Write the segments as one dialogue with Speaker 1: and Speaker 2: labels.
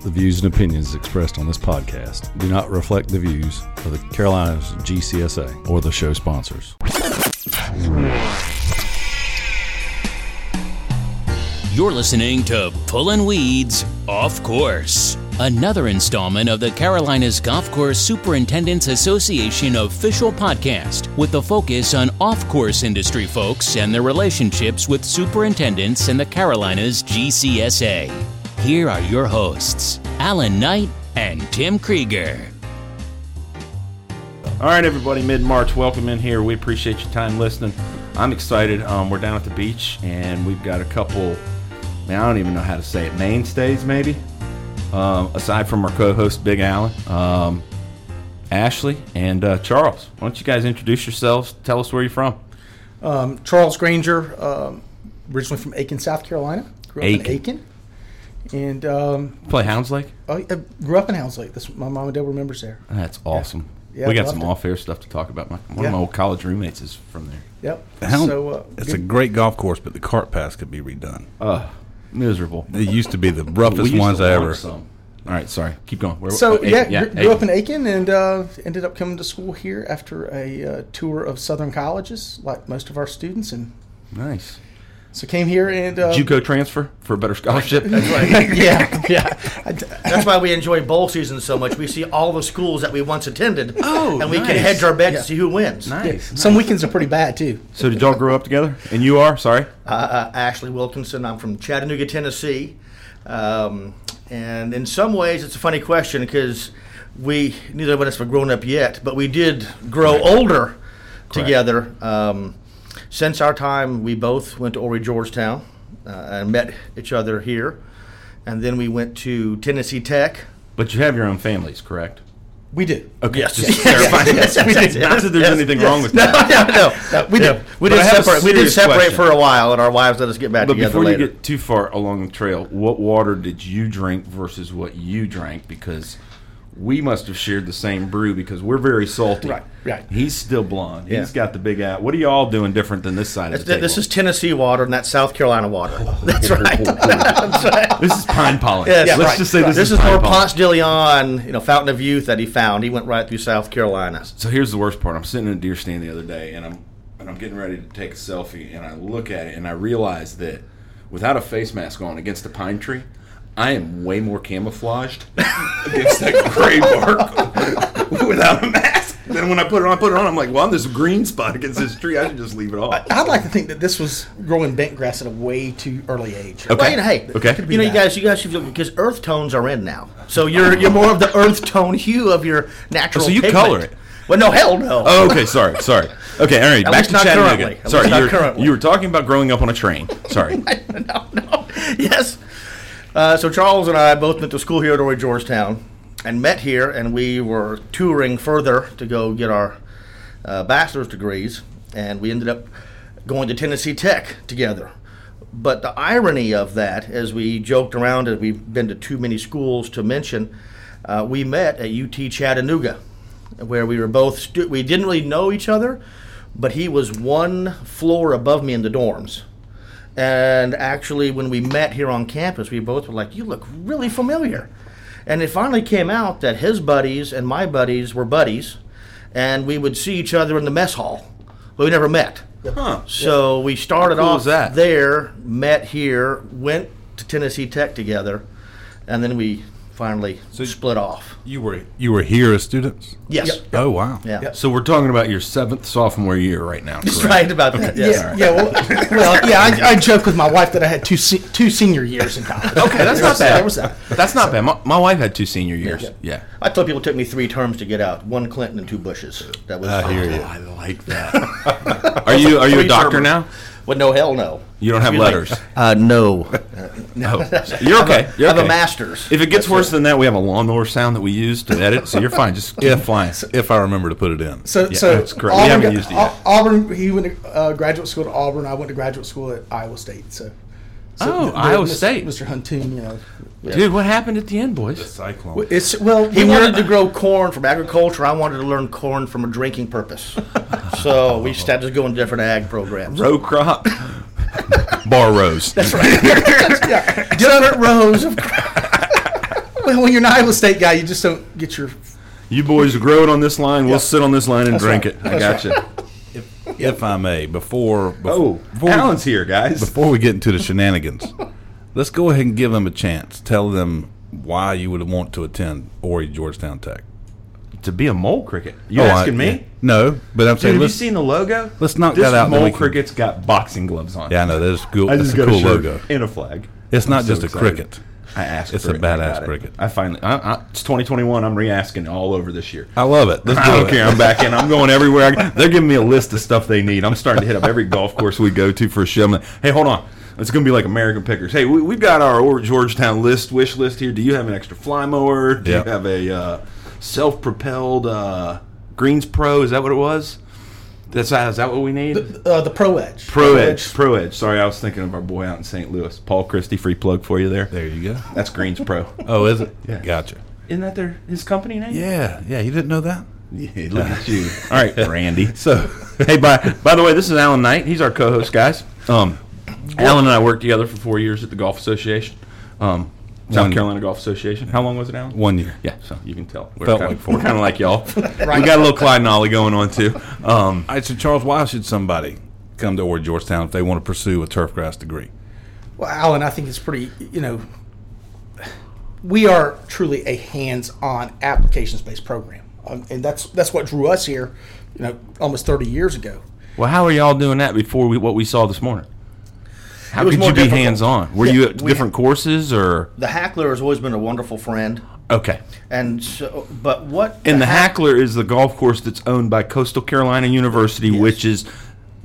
Speaker 1: The views and opinions expressed on this podcast do not reflect the views of the Carolinas GCSA or the show sponsors.
Speaker 2: You're listening to Pullin' Weeds Off Course, another installment of the Carolinas Golf Course Superintendents Association official podcast with the focus on off course industry folks and their relationships with superintendents and the Carolinas GCSA. Here are your hosts, Alan Knight and Tim Krieger.
Speaker 3: All right, everybody, mid March, welcome in here. We appreciate your time listening. I'm excited. Um, we're down at the beach, and we've got a couple, man, I don't even know how to say it, mainstays, maybe, um, aside from our co host, Big Allen, um, Ashley, and uh, Charles. Why don't you guys introduce yourselves? Tell us where you're from.
Speaker 4: Charles Granger, um, originally from Aiken, South Carolina. Grew up
Speaker 3: Aiken.
Speaker 4: in Aiken, and um,
Speaker 3: Play Hounds Lake?
Speaker 4: I, I grew up in Hounds Lake. That's my mom and dad remembers there.
Speaker 3: That's awesome.
Speaker 4: Yeah,
Speaker 3: we got
Speaker 4: I'd
Speaker 3: some
Speaker 4: love to.
Speaker 3: off air stuff to talk about. My, one
Speaker 4: Yeah.
Speaker 3: of my old college roommates is from there.
Speaker 4: Yep.
Speaker 5: Hound-
Speaker 4: so uh,
Speaker 5: it's a
Speaker 4: good-
Speaker 5: great golf course, but the cart paths could be redone.
Speaker 3: Ugh, miserable.
Speaker 5: They used to be the
Speaker 3: Uh, We
Speaker 5: roughest
Speaker 3: used to
Speaker 5: ones
Speaker 3: launch
Speaker 5: ever.
Speaker 3: some. All right, sorry. Keep going. Where-
Speaker 4: so
Speaker 3: oh,
Speaker 4: yeah,
Speaker 3: Aiken,
Speaker 4: gr- grew up
Speaker 3: Aiken.
Speaker 4: in Aiken and uh, ended up coming to school here after a uh, tour of Southern colleges, like most of our students, and
Speaker 3: Nice.
Speaker 4: so came here and uh,
Speaker 3: JUCO transfer for a better scholarship. That's right.
Speaker 4: yeah, yeah. I d-
Speaker 6: That's why we enjoy bowl season so much. We see all the schools that we once attended,
Speaker 3: Oh,
Speaker 6: and we can
Speaker 3: nice.
Speaker 6: hedge our bet
Speaker 4: Yeah.
Speaker 6: to see who wins.
Speaker 4: Some weekends are pretty bad too.
Speaker 3: So did y'all grow up together? And you are? Sorry.
Speaker 6: Uh, Ashley Wilkinson. I'm from Chattanooga, Tennessee, um, and in some ways, it's a funny question because we neither of us were grown up yet, but we did grow older together. Um, since our time, we both went to Ori Georgetown uh, and met each other here, and then we went to Tennessee Tech.
Speaker 3: But you have your own families, correct?
Speaker 4: We do.
Speaker 3: Okay. Yes. Just clarifying.
Speaker 6: Yes, yes, yes,
Speaker 3: Not that there's
Speaker 6: yes,
Speaker 3: anything
Speaker 6: yes.
Speaker 3: wrong with that.
Speaker 6: No, no, no. We did. We
Speaker 3: But I
Speaker 6: did
Speaker 3: have a
Speaker 6: separate. We did
Speaker 3: serious
Speaker 6: separate
Speaker 3: question.
Speaker 6: for a while, and our wives let us get back
Speaker 3: But
Speaker 6: together
Speaker 3: before
Speaker 6: later.
Speaker 3: you get too far along the trail, what water did you drink versus what you drank? Because we must have shared the same brew because we're very salty.
Speaker 4: Right, right.
Speaker 3: He's still blonde.
Speaker 6: Yeah.
Speaker 3: He's got the big eye. What are y'all doing different than this side of
Speaker 6: This-
Speaker 3: the table?
Speaker 6: this is Tennessee water, and that's South Carolina water. That's right.
Speaker 3: That's right. This is pine pollen.
Speaker 6: Yes,
Speaker 3: Let's
Speaker 6: right,
Speaker 3: just say
Speaker 6: right.
Speaker 3: this,
Speaker 6: this
Speaker 3: is,
Speaker 6: is more
Speaker 3: pine pollen.
Speaker 6: Ponce de Leon, you know, Fountain of Youth that he found. He went right through South Carolina.
Speaker 3: So here's the worst part. I'm sitting in a deer stand the other day, and I'm and I'm getting ready to take a selfie, and I look at it, and I realize that without a face mask on against a pine tree, I am way more camouflaged against that gray bark without a mask. Then when I put it on, I put it on. I'm like, well, I'm this green spot against this tree. I should just leave it off.
Speaker 4: I'd like to think that this was growing bent grass at a way too early age.
Speaker 3: Okay.
Speaker 6: Well, you know, hey,
Speaker 3: Okay.
Speaker 6: you know, you guys, you guys should because earth tones are in now, so you're you're more of the earth tone hue of your natural.
Speaker 3: Oh, So you
Speaker 6: pigment.
Speaker 3: color it.
Speaker 6: Well, no, hell no.
Speaker 3: Oh, okay. Sorry, sorry. Okay, all right. back
Speaker 6: least
Speaker 3: to
Speaker 6: not
Speaker 3: Chattanooga.
Speaker 6: currently. At
Speaker 3: Sorry,
Speaker 6: least not
Speaker 3: you're-
Speaker 6: currently.
Speaker 3: you were talking about growing up on a train. Sorry.
Speaker 6: no, no. Yes. Uh, so Charles and I both went to school here at Ory Georgetown and met here, and we were touring further to go get our uh, bachelor's degrees, and we ended up going to Tennessee Tech together. But the irony of that, as we joked around, as we've been to too many schools to mention, uh, we met at UT Chattanooga, where we were both stu- we didn't really know each other, but he was one floor above me in the dorms. And actually, when we met here on campus, we both were like, "You look really familiar." And it finally came out that his buddies and my buddies were buddies, and we would see each other in the mess hall, but we never met.
Speaker 3: Huh.
Speaker 6: So we started
Speaker 3: How cool
Speaker 6: off
Speaker 3: is that?
Speaker 6: there, met here, went to Tennessee Tech together, and then we finally split off.
Speaker 5: You were you were here as students.
Speaker 6: Yes.
Speaker 5: Oh wow.
Speaker 6: Yeah.
Speaker 3: So we're talking about your seventh sophomore year right now.
Speaker 6: That's right about that. Yes.
Speaker 4: Yeah, yeah, well, well, yeah. I, I joke with my wife that I had two se- two senior years in college.
Speaker 3: Okay, that's
Speaker 4: There
Speaker 3: not
Speaker 4: was that,
Speaker 3: bad.
Speaker 4: there was that.
Speaker 3: That's not bad. My, my wife had two senior years. Yeah.
Speaker 6: I told people it took me three terms to get out. One Clinton and two Bushes. That was
Speaker 5: I hear
Speaker 3: Oh,
Speaker 5: you.
Speaker 3: I like that. are you are you a doctor now?
Speaker 6: Well, no, hell no.
Speaker 3: You don't have
Speaker 6: You're
Speaker 3: letters.
Speaker 6: uh, no.
Speaker 3: No. Oh, You're okay. You're
Speaker 6: I have
Speaker 3: okay.
Speaker 6: a master's.
Speaker 3: If it gets worse than that, we have a lawnmower sound that we use to edit, so you're fine. Just keep flying.
Speaker 5: If I remember to put it in.
Speaker 4: So, so
Speaker 3: that's correct. We
Speaker 4: Auburn
Speaker 3: haven't
Speaker 4: got-
Speaker 3: used it
Speaker 4: Au-
Speaker 3: yet.
Speaker 4: Auburn. He went to uh, graduate school at Auburn. I went to graduate school at Iowa State. So, so
Speaker 3: Oh,
Speaker 4: the- the-
Speaker 3: Iowa
Speaker 4: Mr.
Speaker 3: State.
Speaker 4: Mr. Huntoon, you know,
Speaker 3: Dude, what happened at the end, boys?
Speaker 5: cyclone.
Speaker 4: it's well,
Speaker 6: he
Speaker 4: we
Speaker 6: wanted
Speaker 4: wanted-
Speaker 6: to grow corn from agriculture. I wanted to learn corn from a drinking purpose. so we started to go into different ag programs.
Speaker 3: Row crop.
Speaker 5: Bar rose. That's right.
Speaker 4: yeah, donut rows. Of,
Speaker 6: Wait,
Speaker 4: Well, when you're an Iowa State guy, you just don't get your.
Speaker 3: You boys grow it on this line. We'll sit on this line and drink
Speaker 4: right.
Speaker 3: it. I gotcha.
Speaker 5: If I may, before, before
Speaker 3: Oh,
Speaker 5: before,
Speaker 3: Alan's here, guys.
Speaker 5: before we get into the shenanigans, let's go ahead and give them a chance. Tell them why you would want to attend Ori Georgetown Tech.
Speaker 3: to be a mole cricket. You
Speaker 5: Oh, I-
Speaker 3: asking me?
Speaker 5: yeah. No, but I'm
Speaker 3: Dude,
Speaker 5: saying
Speaker 3: have you
Speaker 5: let's.
Speaker 3: seen the logo?
Speaker 5: let's knock
Speaker 3: this
Speaker 5: that out, then
Speaker 3: Mole
Speaker 5: we can-
Speaker 3: cricket's got boxing gloves on.
Speaker 5: Yeah, I know that's cool.
Speaker 3: I
Speaker 5: That's
Speaker 3: just
Speaker 5: a
Speaker 3: got
Speaker 5: cool
Speaker 3: a shirt
Speaker 5: logo.
Speaker 3: and a flag.
Speaker 5: It's not
Speaker 3: I'm
Speaker 5: just
Speaker 3: so
Speaker 5: a
Speaker 3: excited.
Speaker 5: cricket.
Speaker 3: I asked.
Speaker 5: It's
Speaker 3: for
Speaker 5: a
Speaker 3: it, and I
Speaker 5: badass
Speaker 3: got it.
Speaker 5: cricket.
Speaker 3: I finally. I, I, it's 2021. I'm re-asking all over this year.
Speaker 5: I love it. Let's do
Speaker 3: I don't
Speaker 5: it.
Speaker 3: care. I'm back in. I'm going everywhere. I, they're giving me a list of stuff they need. I'm starting to hit up every golf course we go to for a show. I'm like, hey, hold on. It's going to be like American Pickers. Hey, we, we've got our or- Georgetown list, wish list here. Do you have an extra fly mower? Do
Speaker 5: Yeah.
Speaker 3: you have a uh, self propelled uh, Greens Pro? Is that what it was? That's Is that what we need?
Speaker 4: Uh, the Pro Edge.
Speaker 3: Pro Edge. Pro Edge. Sorry, I was thinking of our boy out in St. Louis. Paul Christie, free plug for you there.
Speaker 5: There you go.
Speaker 3: That's Greens Pro.
Speaker 5: Oh, is it?
Speaker 3: Yeah.
Speaker 5: Gotcha.
Speaker 3: Uh, Isn't that their his company name?
Speaker 5: Yeah, yeah. You didn't know that?
Speaker 3: Yeah, look at you. All right, Randy.
Speaker 5: So,
Speaker 3: hey, by by the way, this is Alan Knight. He's our co-host, guys. Um, Alan and I worked together for four years at the Golf Association, um, South
Speaker 5: One-
Speaker 3: Carolina Golf Association. How long was it, Alan?
Speaker 5: one year.
Speaker 3: Yeah, so you can tell we're
Speaker 5: Felt
Speaker 3: kind
Speaker 5: like
Speaker 3: of,
Speaker 5: four.
Speaker 3: we're kind of like y'all. We got a little Clyde and Ollie going on too. Um,
Speaker 5: All right, so Charles, why should somebody come to Ori Georgetown if they want to pursue a turf grass degree?
Speaker 4: Well, Alan, I think it's pretty, you know, we are truly a hands-on applications-based program, um, and that's that's what drew us here, you know, almost 30 years ago.
Speaker 3: well, how are y'all doing that before we, what we saw this morning? How
Speaker 6: It was
Speaker 3: could
Speaker 6: more
Speaker 3: you be
Speaker 6: difficult.
Speaker 3: hands on? Were you at different courses or
Speaker 6: The hackler has always been a wonderful friend,
Speaker 3: okay?
Speaker 6: and so, but what?
Speaker 3: And the
Speaker 6: hack-
Speaker 3: Hackler is the golf course that's owned by Coastal Carolina University, which is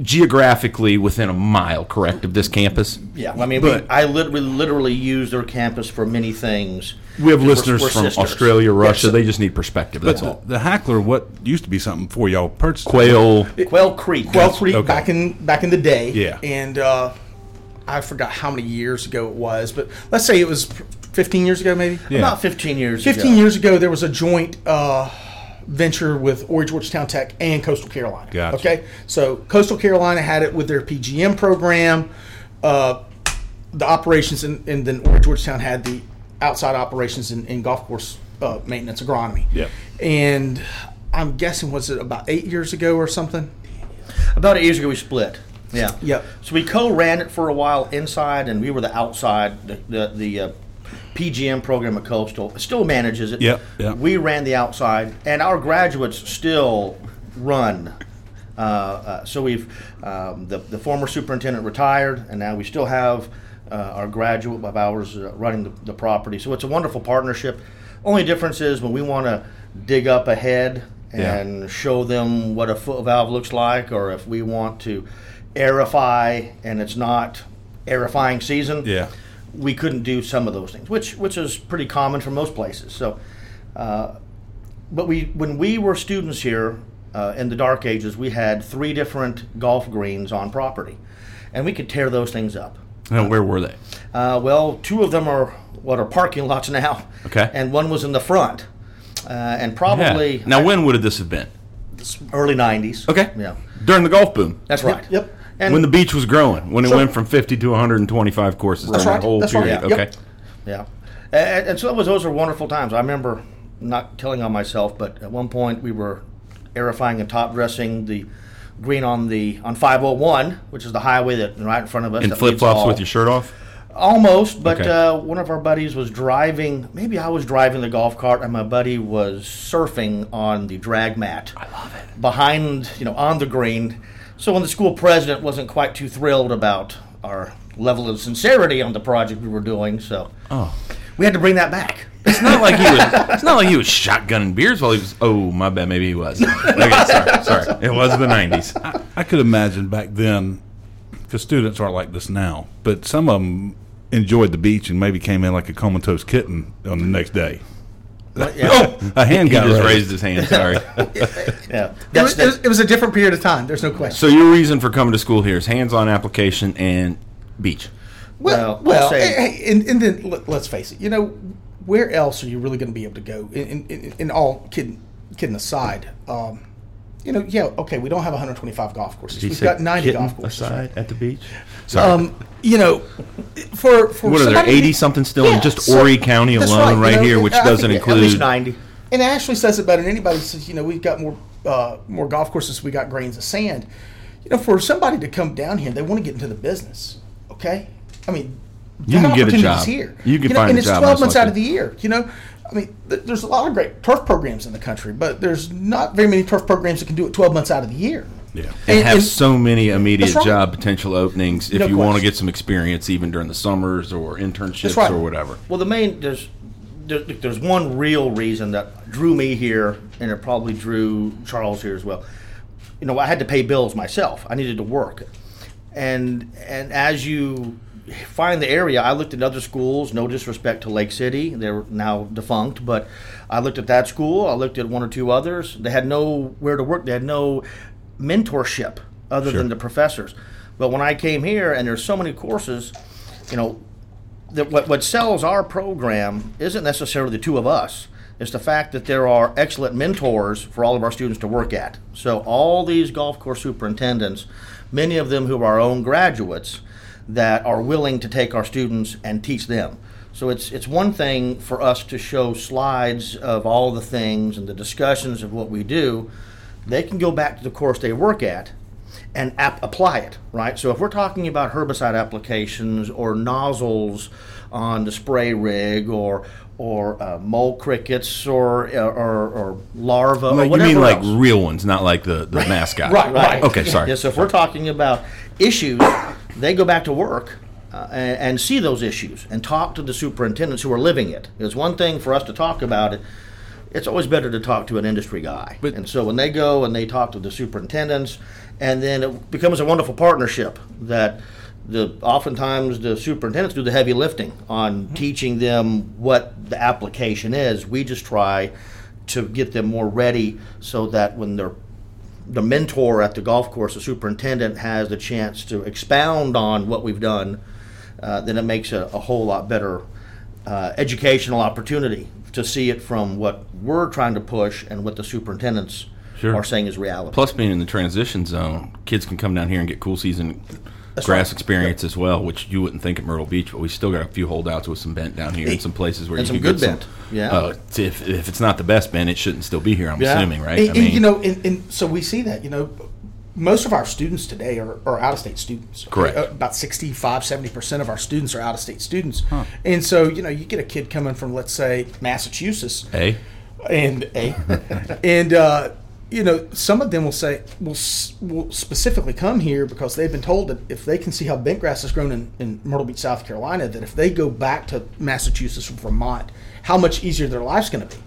Speaker 3: geographically within a mile, correct, of this campus.
Speaker 6: Yeah, I mean,
Speaker 3: But-
Speaker 6: we, I literally, literally use their campus for many things.
Speaker 3: We have
Speaker 6: We're-
Speaker 3: listeners
Speaker 6: we're
Speaker 3: from
Speaker 6: sisters.
Speaker 3: Australia, Russia. They just need perspective. That's
Speaker 5: The,
Speaker 3: all.
Speaker 5: the hackler, what used to be something before y'all purchased it.
Speaker 3: Quail.
Speaker 6: Quail Creek.
Speaker 4: Quell Creek
Speaker 5: okay.
Speaker 4: back in back in the day.
Speaker 5: Yeah.
Speaker 4: And uh, I forgot how many years ago it was, but let's say it was 15 years ago, maybe.
Speaker 5: Yeah.
Speaker 6: About 15 years
Speaker 4: 15
Speaker 6: ago.
Speaker 4: years ago, there was a joint uh, venture with Ori Georgetown Tech and Coastal Carolina.
Speaker 5: Gotcha.
Speaker 4: Okay, so Coastal Carolina had it with their PGM program, uh, the operations, and, and then Ori Georgetown had the outside operations in, in golf course uh, maintenance agronomy.
Speaker 5: Yeah.
Speaker 4: And I'm guessing was it about eight years ago or something?
Speaker 6: About eight years ago, we split. Yeah.
Speaker 4: Yep.
Speaker 6: So we co-ran it for a while inside, and we were the outside. The the, the uh, PGM program at Coastal still manages it.
Speaker 5: Yep, yep.
Speaker 6: We ran the outside, and our graduates still run. Uh, uh, so we've um, the the former superintendent retired, and now we still have uh, our graduate of ours uh, running the, the property. So it's a wonderful partnership. Only difference is when we want to dig up ahead
Speaker 5: Yeah.
Speaker 6: and show them what a foot valve looks like, or if we want to aerify and it's not aerifying season,
Speaker 5: Yeah.
Speaker 6: we couldn't do some of those things, which which is pretty common for most places. So, uh, but we when we were students here uh, in the dark ages, we had three different golf greens on property, and we could tear those things up.
Speaker 3: Now, where were they?
Speaker 6: Uh, well, two of them are what are parking lots now.
Speaker 3: Okay.
Speaker 6: and one was in the front, uh, and
Speaker 3: Yeah.
Speaker 6: probably
Speaker 3: Now, when would this have been?
Speaker 6: early '90s.
Speaker 3: Okay.
Speaker 6: yeah.
Speaker 3: During the golf boom.
Speaker 6: That's right.
Speaker 4: yep.
Speaker 6: And
Speaker 3: when the beach was growing, when it
Speaker 4: Sure.
Speaker 3: went from 50 to 125 courses during
Speaker 4: right.
Speaker 3: that whole
Speaker 4: That's right.
Speaker 3: period.
Speaker 4: Yeah.
Speaker 3: Okay.
Speaker 4: Yep.
Speaker 6: yeah, and, and so that was those were wonderful times. I remember not telling on myself, but at one point we were aerifying and top dressing the green on the on 501, which is the highway that right in front of us.
Speaker 3: And
Speaker 6: that
Speaker 3: flip
Speaker 6: leads
Speaker 3: flops
Speaker 6: all-
Speaker 3: with your shirt off?
Speaker 6: Almost, but
Speaker 3: Okay.
Speaker 6: uh, one of our buddies was driving. Maybe I was driving the golf cart, and my buddy was surfing on the drag mat. I love it. Behind, you know, on the green. So when the school president wasn't quite too thrilled about our level of sincerity on the project we were doing, so
Speaker 3: Oh.
Speaker 6: we had to bring that back.
Speaker 3: It's not like he was. It's not like he was shotgunning beers while he was. Oh, my bad. Maybe he was. Okay, sorry, sorry. It was the nineties.
Speaker 5: I, I could imagine back then, because students aren't like this now, but some of them enjoyed the beach and maybe came in like a comatose kitten on the next day. oh, a hand
Speaker 3: He
Speaker 5: got
Speaker 3: just
Speaker 5: raised.
Speaker 3: raised his hand. Sorry.
Speaker 6: Yeah,
Speaker 4: It
Speaker 6: that's
Speaker 4: was, it, was,
Speaker 6: the,
Speaker 4: it was a different period of time. There's no question.
Speaker 3: so your reason for coming to school here is hands-on application and beach.
Speaker 6: well.
Speaker 4: Well,
Speaker 6: I'll
Speaker 4: well,
Speaker 6: say-
Speaker 4: hey, hey, and, and then let, let's face it. You know, where else are you really going to be able to go? In, in, in all kidding, kidding aside, um, you know, yeah, okay, we don't have 125 golf courses.
Speaker 7: He
Speaker 4: We've
Speaker 7: said
Speaker 4: got 90
Speaker 7: kitten
Speaker 4: golf courses. Um,
Speaker 7: aside at the beach.
Speaker 3: Sorry.
Speaker 4: You know, for for
Speaker 7: What are there?
Speaker 4: somebody-
Speaker 7: Eighty something still
Speaker 4: Yeah,
Speaker 7: in just
Speaker 4: so-
Speaker 7: Horry County
Speaker 4: that's
Speaker 7: alone,
Speaker 4: right,
Speaker 7: right,
Speaker 4: you know,
Speaker 7: here,
Speaker 4: it-
Speaker 7: which
Speaker 4: I think
Speaker 7: doesn't
Speaker 4: at
Speaker 7: include
Speaker 6: At least 90.
Speaker 4: And Ashley says it better than anybody. He Says, you know, we've got more uh, more golf courses. We got grains of sand. You know, for somebody to come down here, they want to get into the business. Okay, I mean,
Speaker 7: You
Speaker 4: that
Speaker 7: can get a
Speaker 4: opportunity's
Speaker 7: job.
Speaker 4: here.
Speaker 7: You can
Speaker 4: know,
Speaker 7: find
Speaker 4: and
Speaker 7: a
Speaker 4: it's
Speaker 7: job
Speaker 4: twelve
Speaker 7: most
Speaker 4: months out of the
Speaker 7: likely.
Speaker 4: year. You know, I mean, th- there's a lot of great turf programs in the country, but there's not very many turf programs that can do it twelve months out of the year.
Speaker 5: Yeah.
Speaker 3: and,
Speaker 4: And-
Speaker 3: have
Speaker 4: and-
Speaker 3: so many immediate
Speaker 4: That's right.
Speaker 3: job potential openings if
Speaker 4: No
Speaker 3: you want to
Speaker 4: question.
Speaker 3: get some experience even during the summers or internships
Speaker 4: right.
Speaker 3: or whatever.
Speaker 6: Well, the main there's there, there's one real reason that drew me here, and it probably drew Charles here as well. You know, I had to pay bills myself. I needed to work, and and as you find the area, I looked at other schools. No disrespect to Lake City, they're now defunct, but I looked at that school. I looked at one or two others. They had nowhere to work. They had no mentorship other than the professors. But when I came here, and there's so many courses, you know, that what, what sells our program isn't necessarily the two of us. It's the fact that there are excellent mentors for all of our students to work at. So all these golf course superintendents, many of them who are our own graduates, that are willing to take our students and teach them. So it's it's one thing for us to show slides of all the things and the discussions of what we do. They can go back to the course they work at and ap- apply it, right? So if we're talking about herbicide applications or nozzles on the spray rig or or uh, mole crickets or or, or larva or
Speaker 3: Like, you
Speaker 6: whatever
Speaker 3: mean like
Speaker 6: else.
Speaker 3: real ones, not like the, the mascot.
Speaker 4: Right, right.
Speaker 3: Okay, sorry.
Speaker 6: Yeah, so if we're talking about issues, they go back to work uh, and, and see those issues and talk to the superintendents who are living it. It's one thing for us to talk about it. It's always better to talk to an industry guy. and so when they go and they talk to the superintendents, and then it becomes a wonderful partnership that the oftentimes the superintendents do the heavy lifting on
Speaker 3: Mm-hmm.
Speaker 6: teaching them what the application is. We just try to get them more ready so that when they're the mentor at the golf course, the superintendent, has the chance to expound on what we've done, uh, then it makes a, a whole lot better uh, educational opportunity to see it from what we're trying to push and what the superintendents are saying is reality.
Speaker 3: Plus, being in the transition zone, kids can come down here and get cool season grass experience as well, which you wouldn't think at Myrtle Beach, but we still got a few holdouts with some bent down here and some places where
Speaker 6: And
Speaker 3: you
Speaker 6: some
Speaker 3: could
Speaker 6: good
Speaker 3: get
Speaker 6: bent,
Speaker 3: Some,
Speaker 6: yeah.
Speaker 3: uh, t- if, if it's not the best bent, it shouldn't still be here. I'm
Speaker 6: Yeah.
Speaker 3: assuming, right?
Speaker 4: And, and, you know, and, and so we see that, you know, most of our students today are, are out of state students. okay?
Speaker 3: Correct.
Speaker 4: Uh, About 65, 70% of our students are out of state students. And so, you know, you get a kid coming from, let's say, Massachusetts.
Speaker 3: hey,
Speaker 4: And A. and, uh, you know, some of them will say, will, s- will specifically come here because they've been told that if they can see how bent grass is grown in, in Myrtle Beach, South Carolina, that if they go back to Massachusetts or Vermont, how much easier their life's going to be.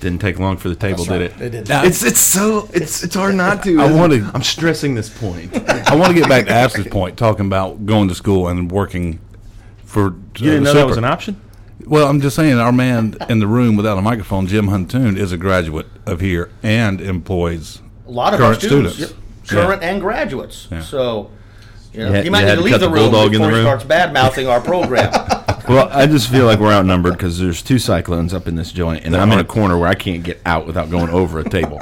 Speaker 3: didn't take long for the table, did it?
Speaker 4: They did that.
Speaker 3: It's it's so it's it's hard not to.
Speaker 5: I
Speaker 3: isn't it?
Speaker 5: wanted-
Speaker 3: I'm stressing this point.
Speaker 5: I want to get back to Ashley's point, talking about going to school and working for. You
Speaker 7: You didn't know that was an option?
Speaker 5: Well, I'm just saying, our man in the room without a microphone, Jim Huntoon, is a graduate of here and employs
Speaker 6: a lot of our
Speaker 5: current
Speaker 6: students,
Speaker 5: students.
Speaker 6: yep, current and graduates. So. You, know,
Speaker 3: You had-
Speaker 6: you might
Speaker 3: you
Speaker 6: need
Speaker 3: had
Speaker 6: to
Speaker 3: to
Speaker 6: leave
Speaker 3: cut
Speaker 6: the
Speaker 3: the
Speaker 6: room before
Speaker 3: bulldog
Speaker 6: he
Speaker 3: in the room.
Speaker 6: starts bad mouthing our program.
Speaker 3: Well, I just feel like we're outnumbered because there's two cyclones up in this joint, and I'm in a corner where I can't get out without going over a table.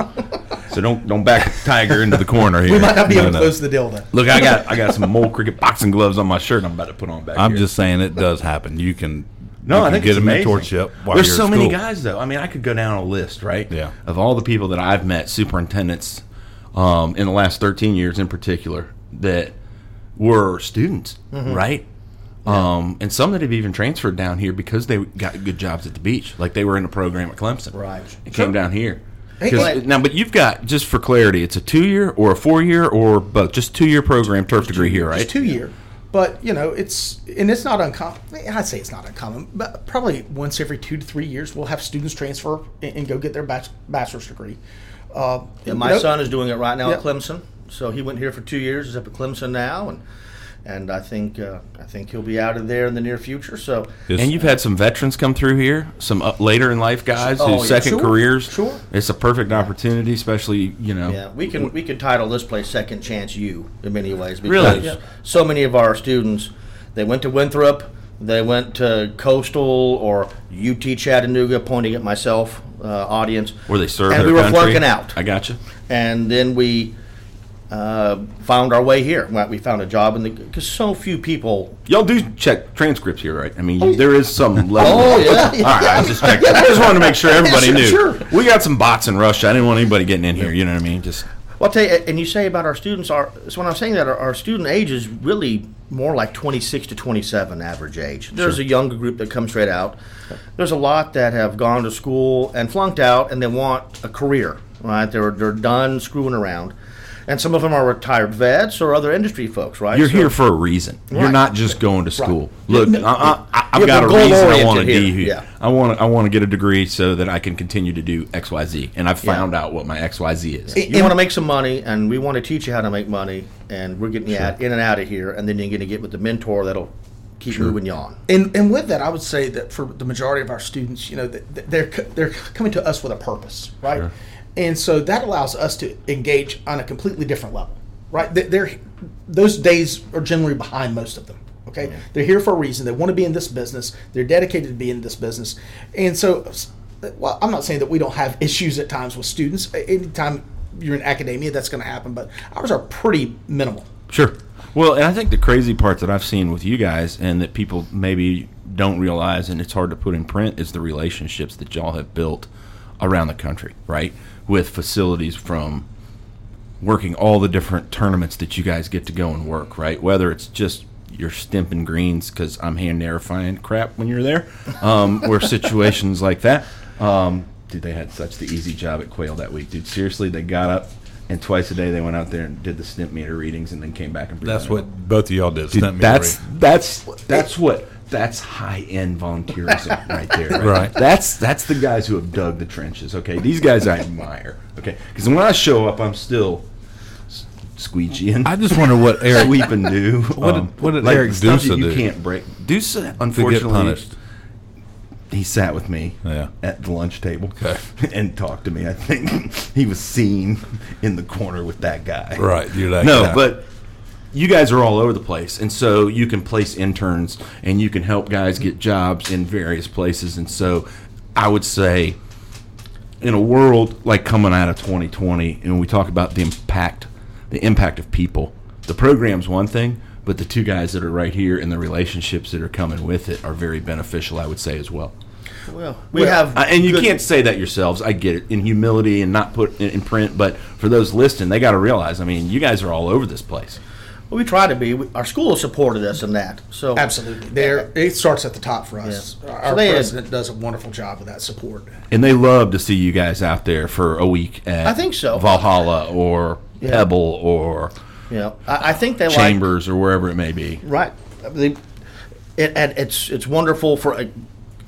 Speaker 3: So don't don't back Tiger into the corner here.
Speaker 4: We might not be
Speaker 3: No,
Speaker 4: able
Speaker 3: no.
Speaker 4: to close the deal then.
Speaker 3: Look, I got I got some mole cricket boxing gloves on my shirt. I'm about to put on back.
Speaker 5: I'm
Speaker 3: here.
Speaker 5: just saying it does happen. You can
Speaker 3: no.
Speaker 5: you
Speaker 3: I
Speaker 5: can
Speaker 3: think
Speaker 5: get
Speaker 3: it's
Speaker 5: a
Speaker 3: amazing.
Speaker 5: mentorship. While
Speaker 3: There's
Speaker 5: you're
Speaker 3: so
Speaker 5: at
Speaker 3: many
Speaker 5: school.
Speaker 3: guys though. I mean, I could go down a list, right?
Speaker 5: Yeah.
Speaker 3: Of all the people that I've met, superintendents, um, in the last 13 years in particular, that were students,
Speaker 5: Mm-hmm.
Speaker 3: right? Um, and some that have even transferred down here because they got good jobs at the beach, like they were in a program at Clemson,
Speaker 6: Right.
Speaker 3: And came down here. 'Cause-
Speaker 6: Right.
Speaker 3: now, but you've got just for clarity, it's a two-year or a four-year or both, just two-year program turf degree here, right?
Speaker 4: It's two year, but you know it's and it's not uncommon. I'd say it's not uncommon, but probably once every two to three years we'll have students transfer and, and go get their bach- bachelor's degree. Uh,
Speaker 6: Yeah, my
Speaker 4: you know,
Speaker 6: son is doing it right now at
Speaker 4: Yeah.
Speaker 6: Clemson. So he went here for two years. He's up at Clemson now, and and I think uh, I think he'll be out of there in the near future. So
Speaker 3: And you've had some veterans come through here, some up later in life guys
Speaker 6: Oh,
Speaker 3: whose
Speaker 6: yeah.
Speaker 3: second
Speaker 6: Sure,
Speaker 3: careers.
Speaker 6: sure.
Speaker 3: it's a perfect opportunity, especially you know.
Speaker 6: yeah, we can we can title this place Second Chance U in many ways because
Speaker 3: Really?
Speaker 6: so many of our students they went to Winthrop, they went to Coastal or UT Chattanooga, pointing at myself, uh, audience.
Speaker 3: Where they serve
Speaker 6: and
Speaker 3: their
Speaker 6: we were
Speaker 3: country.
Speaker 6: flunking out.
Speaker 3: I gotcha.
Speaker 6: and then we uh, found our way here. Well, We found a job in the because so few people.
Speaker 3: Y'all do check transcripts here, right? I mean, there is some level.
Speaker 6: Oh, yeah.
Speaker 3: All right, I just checked. I just wanted to make sure everybody
Speaker 6: sure,
Speaker 3: knew.
Speaker 6: sure.
Speaker 3: We got some bots in Russia. I didn't want anybody getting in here. You know what I mean? Just
Speaker 6: Well, I'll tell you, and you say about our students are. So when I'm saying that, our, our student age is really more like 26 to 27 average age. There's a younger group that comes straight out. There's a lot that have gone to school and flunked out, and they want a career. Right? They're they're done screwing around, and some of them are retired vets or other industry folks. Right?
Speaker 3: you're
Speaker 6: So-
Speaker 3: here for a reason. You're
Speaker 6: Right.
Speaker 3: not just going to school. Look, I, I, I've
Speaker 6: Yeah,
Speaker 3: got a
Speaker 6: we're goal
Speaker 3: reason I
Speaker 6: oriented
Speaker 3: want to do.
Speaker 6: here.
Speaker 3: here.
Speaker 6: Yeah.
Speaker 3: I want to. I want to get a degree so that I can continue to do X, Y, Z. And I found out what my X, Y, Z is.
Speaker 6: You want to make some money, and we want to teach you how to make money, and we're getting you out, in and out of here, and then you're going to get with the mentor that'll keep moving you on.
Speaker 4: And, and with that, I would say that for the majority of our students, you know, th- th- they're co- they're coming to us with a purpose, right? And so that allows us to engage on a completely different level, right? They- They're those days are generally behind most of them. Okay, they're here for a reason. They want to be in this business. They're dedicated to be in this business, and so, s- well, I'm not saying that we don't have issues at times with students. A- Anytime you're in academia, that's going to happen, but ours are pretty minimal.
Speaker 3: Sure. Well, and I think the crazy part that I've seen with you guys and that people maybe don't realize and it's hard to put in print is the relationships that y'all have built around the country, right? With facilities from working all the different tournaments that you guys get to go and work, right? Whether it's just your stimp and greens because I'm hand narrifying crap when you're there, um, or situations like that. Um, dude, they had such the easy job at Quail that week, dude. Seriously, they got up and twice a day they went out there and did the stimp meter readings and then came back and
Speaker 5: That's
Speaker 3: presented.
Speaker 5: what both of y'all did. sent
Speaker 3: Dude,
Speaker 5: me
Speaker 3: that's
Speaker 5: three.
Speaker 3: that's that's what that's high end volunteerism right there. Right?
Speaker 5: Right.
Speaker 3: That's that's the guys who have dug the trenches. Okay, these guys I admire. Okay, because when I show up, I'm still s- squeegeeing.
Speaker 5: I just wonder what Eric.
Speaker 3: sweep and do.
Speaker 5: What did- what did Eric
Speaker 3: stuff that
Speaker 5: Dusa
Speaker 3: Um, You
Speaker 5: do?
Speaker 3: can't break. Dusa,
Speaker 5: to get
Speaker 3: unfortunately,
Speaker 5: punished.
Speaker 3: he sat with me
Speaker 5: Yeah.
Speaker 3: at the lunch table and talked to me. I think he was seen in the corner with that guy.
Speaker 5: Right, you're that
Speaker 3: no,
Speaker 5: guy.
Speaker 3: but you guys are all over the place, and so you can place interns and you can help guys get jobs in various places, and so I would say in a world like coming out of 2020 and we talk about the impact the impact of people the program's one thing but the two guys that are right here and the relationships that are coming with it are very beneficial i would say as well
Speaker 6: Well, we have,
Speaker 3: I- Uh, and you
Speaker 6: good-
Speaker 3: can't say that yourselves i get it in humility and not put in, in print but for those listening they got to realize i mean you guys are all over this place
Speaker 6: Well, we try to be. We, our school has supported us in that. So
Speaker 4: Absolutely. There, it starts at the top for us.
Speaker 6: Yeah.
Speaker 4: Our
Speaker 6: So they had-
Speaker 4: president does a wonderful job with that support.
Speaker 3: and they love to see you guys out there for a week at
Speaker 6: I think so.
Speaker 3: valhalla or pebble or
Speaker 6: You know, I, I think they like
Speaker 3: chambers or wherever it may be
Speaker 6: Right. They, it, and it's it's wonderful for. A,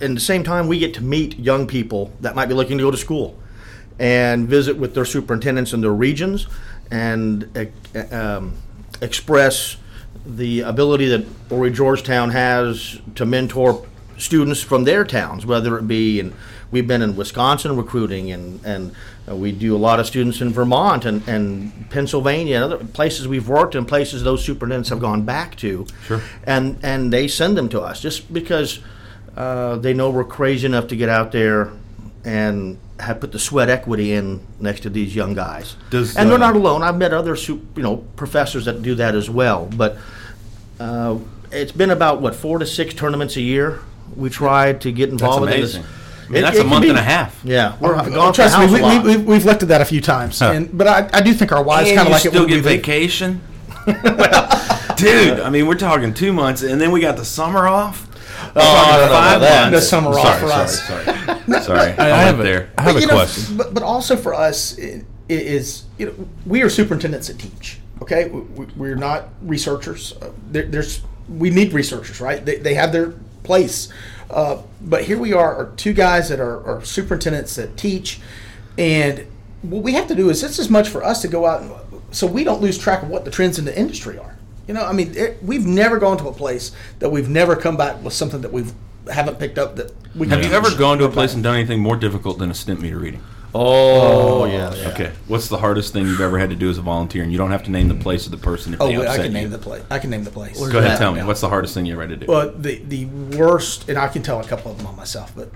Speaker 6: and the same time, we get to meet young people that might be looking to go to school, and visit with their superintendents in their regions, and uh, um, express the ability that Ori Georgetown has to mentor students from their towns, whether it be and we've been in Wisconsin recruiting and and uh, we do a lot of students in Vermont and, and Pennsylvania and other places we've worked and places those superintendents have gone back to. Sure. And and they send them to us just because uh, they know we're crazy enough to get out there and have put the sweat equity in next to these young guys.
Speaker 3: Does,
Speaker 6: and they're
Speaker 3: uh,
Speaker 6: not alone. I've met other su- you know professors that do that as well, but uh, it's been about what four to six tournaments a year. We tried to get involved with this.
Speaker 3: amazing. I mean, that's a
Speaker 6: can
Speaker 3: month and a half.
Speaker 6: Yeah, we're
Speaker 4: Uh,
Speaker 6: gone
Speaker 4: Trust me,
Speaker 6: to
Speaker 4: we,
Speaker 6: the house a lot.
Speaker 4: we, we've, we've looked at that a few times, and but I, I do think our wives
Speaker 3: And
Speaker 4: kind of
Speaker 3: you
Speaker 4: like it
Speaker 3: still
Speaker 4: when
Speaker 3: get
Speaker 4: we leave.
Speaker 3: vacation. dude, I mean, we're talking two months, and then we got the summer off.
Speaker 6: I don't know
Speaker 3: Five
Speaker 6: about that.
Speaker 3: months.
Speaker 4: The summer off
Speaker 3: sorry,
Speaker 4: for
Speaker 3: sorry,
Speaker 4: us.
Speaker 3: Sorry, sorry,
Speaker 5: I,
Speaker 3: I,
Speaker 5: have
Speaker 3: went
Speaker 5: a-
Speaker 3: there.
Speaker 5: I have
Speaker 4: but,
Speaker 5: a
Speaker 4: you know,
Speaker 5: question.
Speaker 4: But, but also for us i- i- is you know we are superintendents that teach. Okay, We- we- we're not researchers. Uh, there, there's we need researchers, right? They, they have their place, uh, but here we are, are two guys that are, are superintendents that teach, and what we have to do is it's as much for us to go out and, so we don't lose track of what the trends in the industry are. You know, I mean, it, we've never gone to a place that we've never come back with something that we've haven't picked up that we
Speaker 3: Have
Speaker 4: can
Speaker 3: you ever
Speaker 4: teach.
Speaker 3: gone to a place and done anything more difficult than a stint meter reading? Oh,
Speaker 6: yes.
Speaker 3: Okay. What's the hardest thing you've ever had to do as a volunteer? And you don't have to name the place or the person if
Speaker 4: Oh,
Speaker 3: they
Speaker 4: wait,
Speaker 3: upset
Speaker 4: I can
Speaker 3: you.
Speaker 4: name the place. I can name the place.
Speaker 3: Go ahead,
Speaker 6: that
Speaker 3: tell me.
Speaker 4: now?
Speaker 3: What's the hardest thing you ever had to do?
Speaker 4: Well, the the worst, and I can tell a couple of them on myself, but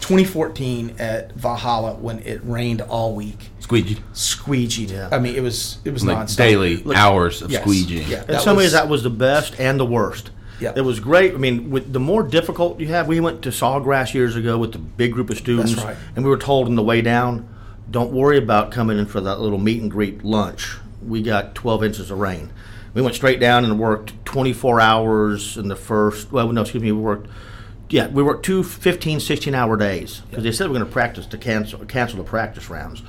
Speaker 4: 2014 at Valhalla when it rained all week,
Speaker 3: Squeegee.
Speaker 4: squeegeed.
Speaker 6: Yeah.
Speaker 4: I mean, it was it was
Speaker 3: Like
Speaker 4: nonstop.
Speaker 3: daily hours of
Speaker 4: Yes.
Speaker 3: squeegeeing.
Speaker 4: Yeah.
Speaker 6: In
Speaker 4: That
Speaker 6: some
Speaker 4: was-
Speaker 6: ways, that was the best and the worst.
Speaker 4: Yeah.
Speaker 6: It was great. I mean, with the more difficult you have, we went to Sawgrass years ago with the big group of students,
Speaker 4: right.
Speaker 6: and we were told on the way down, don't worry about coming in for that little meet and greet lunch. We got 12 inches of rain. We went straight down and worked 24 hours in the first, well, no, excuse me, we worked, yeah, we worked two 15, 16 hour days because they said we're going to practice to cancel, cancel the practice rounds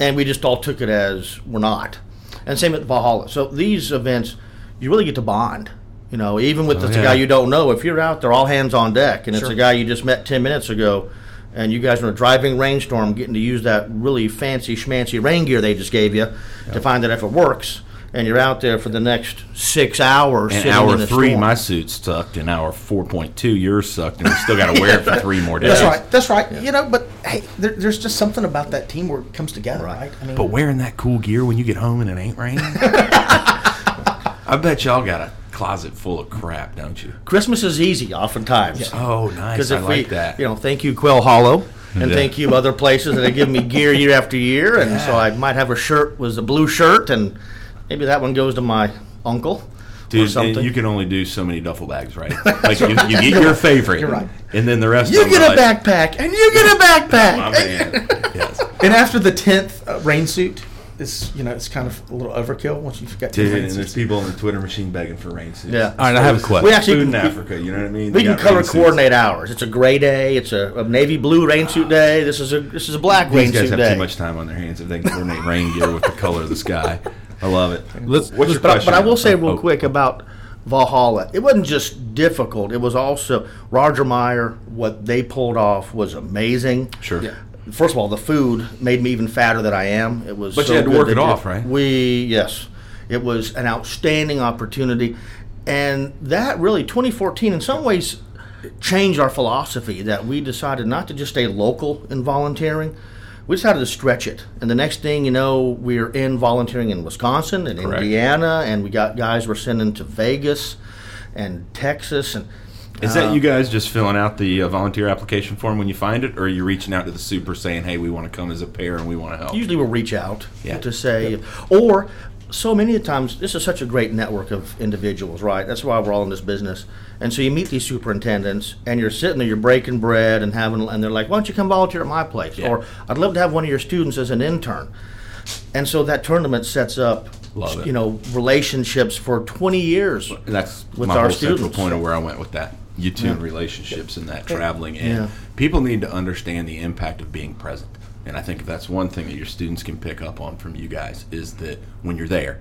Speaker 6: and we just all took it as we're not. And same at Valhalla. So these events, you really get to bond. You know, even
Speaker 3: Oh,
Speaker 6: with it's a guy you don't know, if you're out there all hands on deck, and it's a guy you just met ten minutes ago, and you guys are in a driving rainstorm, getting to use that really fancy schmancy rain gear they just gave you to find out if it works, and you're out there for the next six hours.
Speaker 3: And
Speaker 6: sitting
Speaker 3: hour
Speaker 6: in the
Speaker 3: three,
Speaker 6: storm.
Speaker 3: my suit sucked. And hour 4.2, yours sucked. And we still got to wear it for three more days.
Speaker 4: That's right. That's right. You know, but hey, there, there's just something about that teamwork that comes together, right? I mean,
Speaker 3: But wearing that cool gear when you get home and it ain't raining? I bet y'all got a closet full of crap, don't you?
Speaker 6: Christmas is easy, oftentimes.
Speaker 3: Oh, nice.
Speaker 6: Because
Speaker 3: I
Speaker 6: if
Speaker 3: like
Speaker 6: we,
Speaker 3: that.
Speaker 6: you know, thank you Quail Hollow, and thank you other places that have given me gear year after year, and so I might have a shirt was a blue shirt, and maybe that one goes to my uncle or
Speaker 3: Dude, and
Speaker 6: something.
Speaker 3: you can only do so many duffel bags, right? Like you, you get your favorite,
Speaker 4: You're right.
Speaker 3: and then the rest.
Speaker 6: You
Speaker 3: of them
Speaker 6: get
Speaker 3: are
Speaker 6: a
Speaker 3: like,
Speaker 6: backpack, and you get a
Speaker 3: "My
Speaker 6: backpack.
Speaker 3: man." yes.
Speaker 4: and after the 10th uh, rain suit, it's you know it's kind of a little overkill once you've got two
Speaker 3: Dude,
Speaker 4: rain
Speaker 3: and there's
Speaker 4: suits.
Speaker 3: people on the Twitter machine begging for rain suits.
Speaker 6: Yeah.
Speaker 5: All right, I have a
Speaker 6: We
Speaker 5: question.
Speaker 6: actually
Speaker 3: Food in
Speaker 6: can-
Speaker 3: Africa, you know what I mean?
Speaker 6: we
Speaker 3: They
Speaker 6: can
Speaker 3: got
Speaker 6: color
Speaker 3: rain suits.
Speaker 6: coordinate ours. It's a gray day. It's a, a navy blue rain suit day. This is a this is a black
Speaker 3: Ah. These
Speaker 6: rain
Speaker 3: guys
Speaker 6: suit
Speaker 3: have
Speaker 6: day.
Speaker 3: too much time on their hands if they can coordinate rain gear with the color of the sky. I love it.
Speaker 5: Let's-
Speaker 3: What's your
Speaker 6: but, I-
Speaker 3: question?
Speaker 6: but I will say real
Speaker 3: Oh,
Speaker 6: quick about Valhalla. It wasn't just difficult. It was also Roger Meyer. What they pulled off was amazing.
Speaker 3: Sure.
Speaker 6: First of all, the food made me even fatter than I am. It was.
Speaker 3: But you
Speaker 6: so
Speaker 3: had to
Speaker 6: good
Speaker 3: work
Speaker 6: they
Speaker 3: it
Speaker 6: did-
Speaker 3: off, right?
Speaker 6: We yes, it was an outstanding opportunity, and that really 2014 in some ways changed our philosophy that we decided not to just stay local in volunteering. We decided to stretch it, and the next thing you know, we're in volunteering in Wisconsin and
Speaker 3: Correct.
Speaker 6: Indiana, and we got guys we're sending to Vegas and Texas, and
Speaker 3: Is
Speaker 6: Uh,
Speaker 3: that you guys just filling out the uh, volunteer application form when you find it, or are you reaching out to the super saying, "Hey, we want to come as a pair and we want to help"?
Speaker 6: usually we'll reach out
Speaker 3: Yeah.
Speaker 6: to say, or so many times, this is such a great network of individuals, right? That's why we're all in this business. And so you meet these superintendents, and you're sitting there, you're breaking bread and having, and they're like, "Why don't you come volunteer at my place?" Or I'd love to have one of your students as an intern. And so that tournament sets up,
Speaker 3: Love it.
Speaker 6: you know, relationships for 20 years.
Speaker 3: And that's
Speaker 6: With
Speaker 3: my
Speaker 6: our
Speaker 3: whole central
Speaker 6: students.
Speaker 3: point of where I went with that. You two and relationships and that traveling, and
Speaker 6: Yeah.
Speaker 3: people need to understand the impact of being present. And I think that's one thing that your students can pick up on from you guys is that when you're there,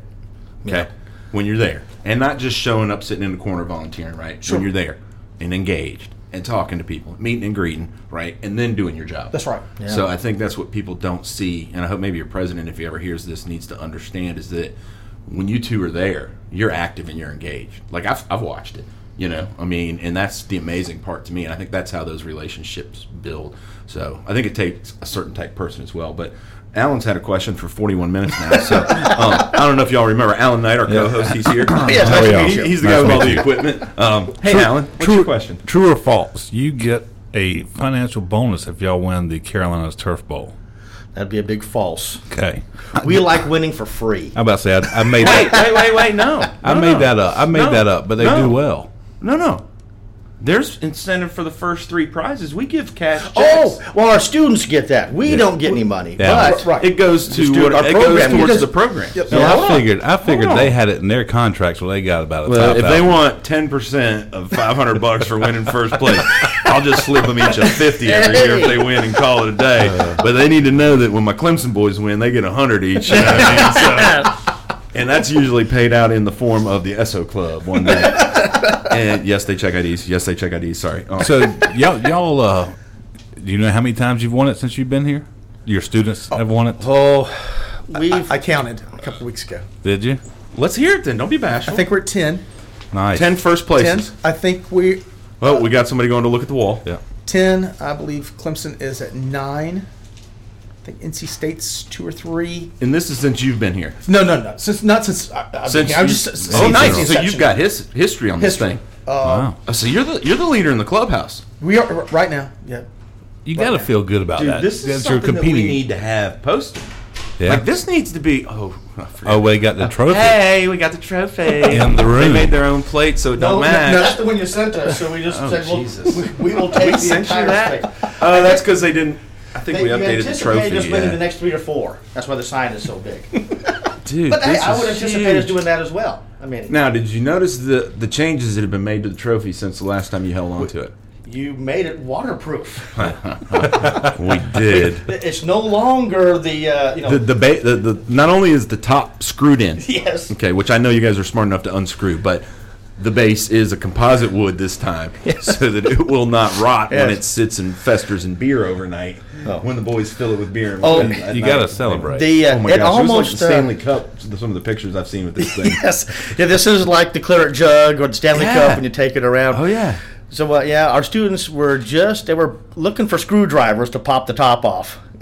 Speaker 3: okay, when you're there, and not just showing up, sitting in the corner, volunteering, right? When you're there and engaged and talking to people, meeting and greeting, right, and then doing your job.
Speaker 4: That's right.
Speaker 3: So I think that's what people don't see, and I hope maybe your president, if he ever hears this, needs to understand is that when you two are there, you're active and you're engaged. Like I've, I've watched it, you know. I mean, and that's the amazing part to me, and I think that's how those relationships build. So I think it takes a certain type person as well, but. Alan's had a question for 41 minutes now, so um, I don't know if y'all remember Alan Knight, our co-host. He's here.
Speaker 6: it's nice to
Speaker 5: yeah.
Speaker 6: meet
Speaker 3: He-
Speaker 6: you.
Speaker 3: he's the
Speaker 5: Nice
Speaker 3: guy with
Speaker 5: to
Speaker 3: all
Speaker 5: meet
Speaker 3: the equipment. Um, hey, Alan, what's your question?
Speaker 5: True or false? You get a financial bonus if y'all win the Carolinas Turf Bowl.
Speaker 6: That'd be a big false.
Speaker 5: Okay.
Speaker 6: We like winning for free.
Speaker 5: I'm about to say I, I made that,
Speaker 3: Wait, wait, wait, no.
Speaker 5: I made that up. I made
Speaker 3: No.
Speaker 5: that up, but they
Speaker 3: No.
Speaker 5: do well.
Speaker 3: No, no. There's incentive for the first three prizes. We give cash. Checks.
Speaker 6: Oh, well, our students get that. We don't get any money.
Speaker 5: Yeah.
Speaker 6: But
Speaker 4: Right.
Speaker 3: it goes to
Speaker 6: do
Speaker 3: what
Speaker 6: our
Speaker 3: it
Speaker 6: program.
Speaker 3: goes towards
Speaker 6: Because-
Speaker 3: the program.
Speaker 5: No,
Speaker 6: Yeah.
Speaker 5: I figured I figured
Speaker 3: on.
Speaker 5: they had it in their contracts where they got about a
Speaker 3: Well,
Speaker 5: five
Speaker 3: if they
Speaker 5: thousand.
Speaker 3: want ten percent of five hundred bucks for winning first place, I'll just slip them each a fifty every year if they win and call it a day.
Speaker 4: Uh.
Speaker 3: but they need to know that when my Clemson boys win, they get a hundred each. You know what I mean? So- and that's usually paid out in the form of the ESO Club one day. and yes, they check IDs. Yes, they check IDs. Sorry. Oh.
Speaker 5: So y'all y'all uh, do you know how many times you've won it since you've been here? Your students have won it.
Speaker 4: Oh,
Speaker 6: we've
Speaker 4: I counted a couple weeks ago.
Speaker 5: Did you?
Speaker 3: let's hear it then. Don't be bashful.
Speaker 4: I think we're at 10.
Speaker 5: Nice.
Speaker 3: ten first
Speaker 4: Ten.
Speaker 3: places.
Speaker 4: I think we
Speaker 3: Well, we got somebody going to look at the wall.
Speaker 5: Yeah.
Speaker 4: 10. I believe Clemson is at nine. think NC State's two or three.
Speaker 3: And this is since you've been here.
Speaker 4: No, no, no. Since not since I, I've been
Speaker 3: Since
Speaker 4: here. I'm
Speaker 3: you-
Speaker 4: just since
Speaker 3: oh,
Speaker 4: the
Speaker 3: nice. So
Speaker 4: inception.
Speaker 3: you've got his history on
Speaker 4: History.
Speaker 3: this thing. Uh, so you're the you're the leader in the clubhouse.
Speaker 4: We are right now. Yeah.
Speaker 5: You got to feel good about that. That's your competing-
Speaker 3: to have posted.
Speaker 5: Yeah.
Speaker 3: Like this needs to be. Oh, I forgot. Uh,
Speaker 5: Oh, we got the trophy.
Speaker 3: Hey, we got the trophy
Speaker 5: In the
Speaker 3: They
Speaker 5: room.
Speaker 3: made their own plate, so it
Speaker 4: No,
Speaker 3: don't match.
Speaker 4: no,
Speaker 6: Oh, That's the one you sent us, so we just said, well,
Speaker 3: Oh, Jesus.
Speaker 6: we, we will take the
Speaker 3: Sent you
Speaker 6: entire
Speaker 3: that?
Speaker 6: thing.
Speaker 3: Oh, that's because they didn't. I think we
Speaker 6: you
Speaker 3: updated the
Speaker 6: anticipate
Speaker 3: trophy.
Speaker 6: us winning the
Speaker 3: Yeah.
Speaker 6: next three or four. That's why the sign is so big.
Speaker 3: Dude,
Speaker 6: But hey,
Speaker 3: this
Speaker 6: I
Speaker 3: is
Speaker 6: would anticipate us doing that as well. I mean,
Speaker 3: Now, did you notice the the changes that have been made to the trophy since the last time you held on to it?
Speaker 6: you made it waterproof.
Speaker 3: We did.
Speaker 6: It's no longer the uh, you know
Speaker 3: the, the, ba- the the not only is the top screwed in,
Speaker 6: yes.
Speaker 3: okay, which I know you guys are smart enough to unscrew, but the base is a composite wood this time, so that it will not rot when
Speaker 6: Yes.
Speaker 3: it sits and festers in beer overnight.
Speaker 6: Oh.
Speaker 3: When the boys fill it with beer, and
Speaker 6: Oh,
Speaker 3: and- and
Speaker 5: You
Speaker 3: I-
Speaker 5: got to celebrate.
Speaker 6: The uh,
Speaker 3: Oh my
Speaker 6: it
Speaker 3: gosh,
Speaker 6: almost
Speaker 3: it was like the Stanley Cup. Some of the pictures I've seen with this thing.
Speaker 6: uh, yes, yeah. This is like the claret jug or the Stanley
Speaker 3: Yeah. Oh,
Speaker 6: Cup when you take it around.
Speaker 3: yeah,
Speaker 6: So uh, yeah, our students were just they were looking for screwdrivers to pop the top off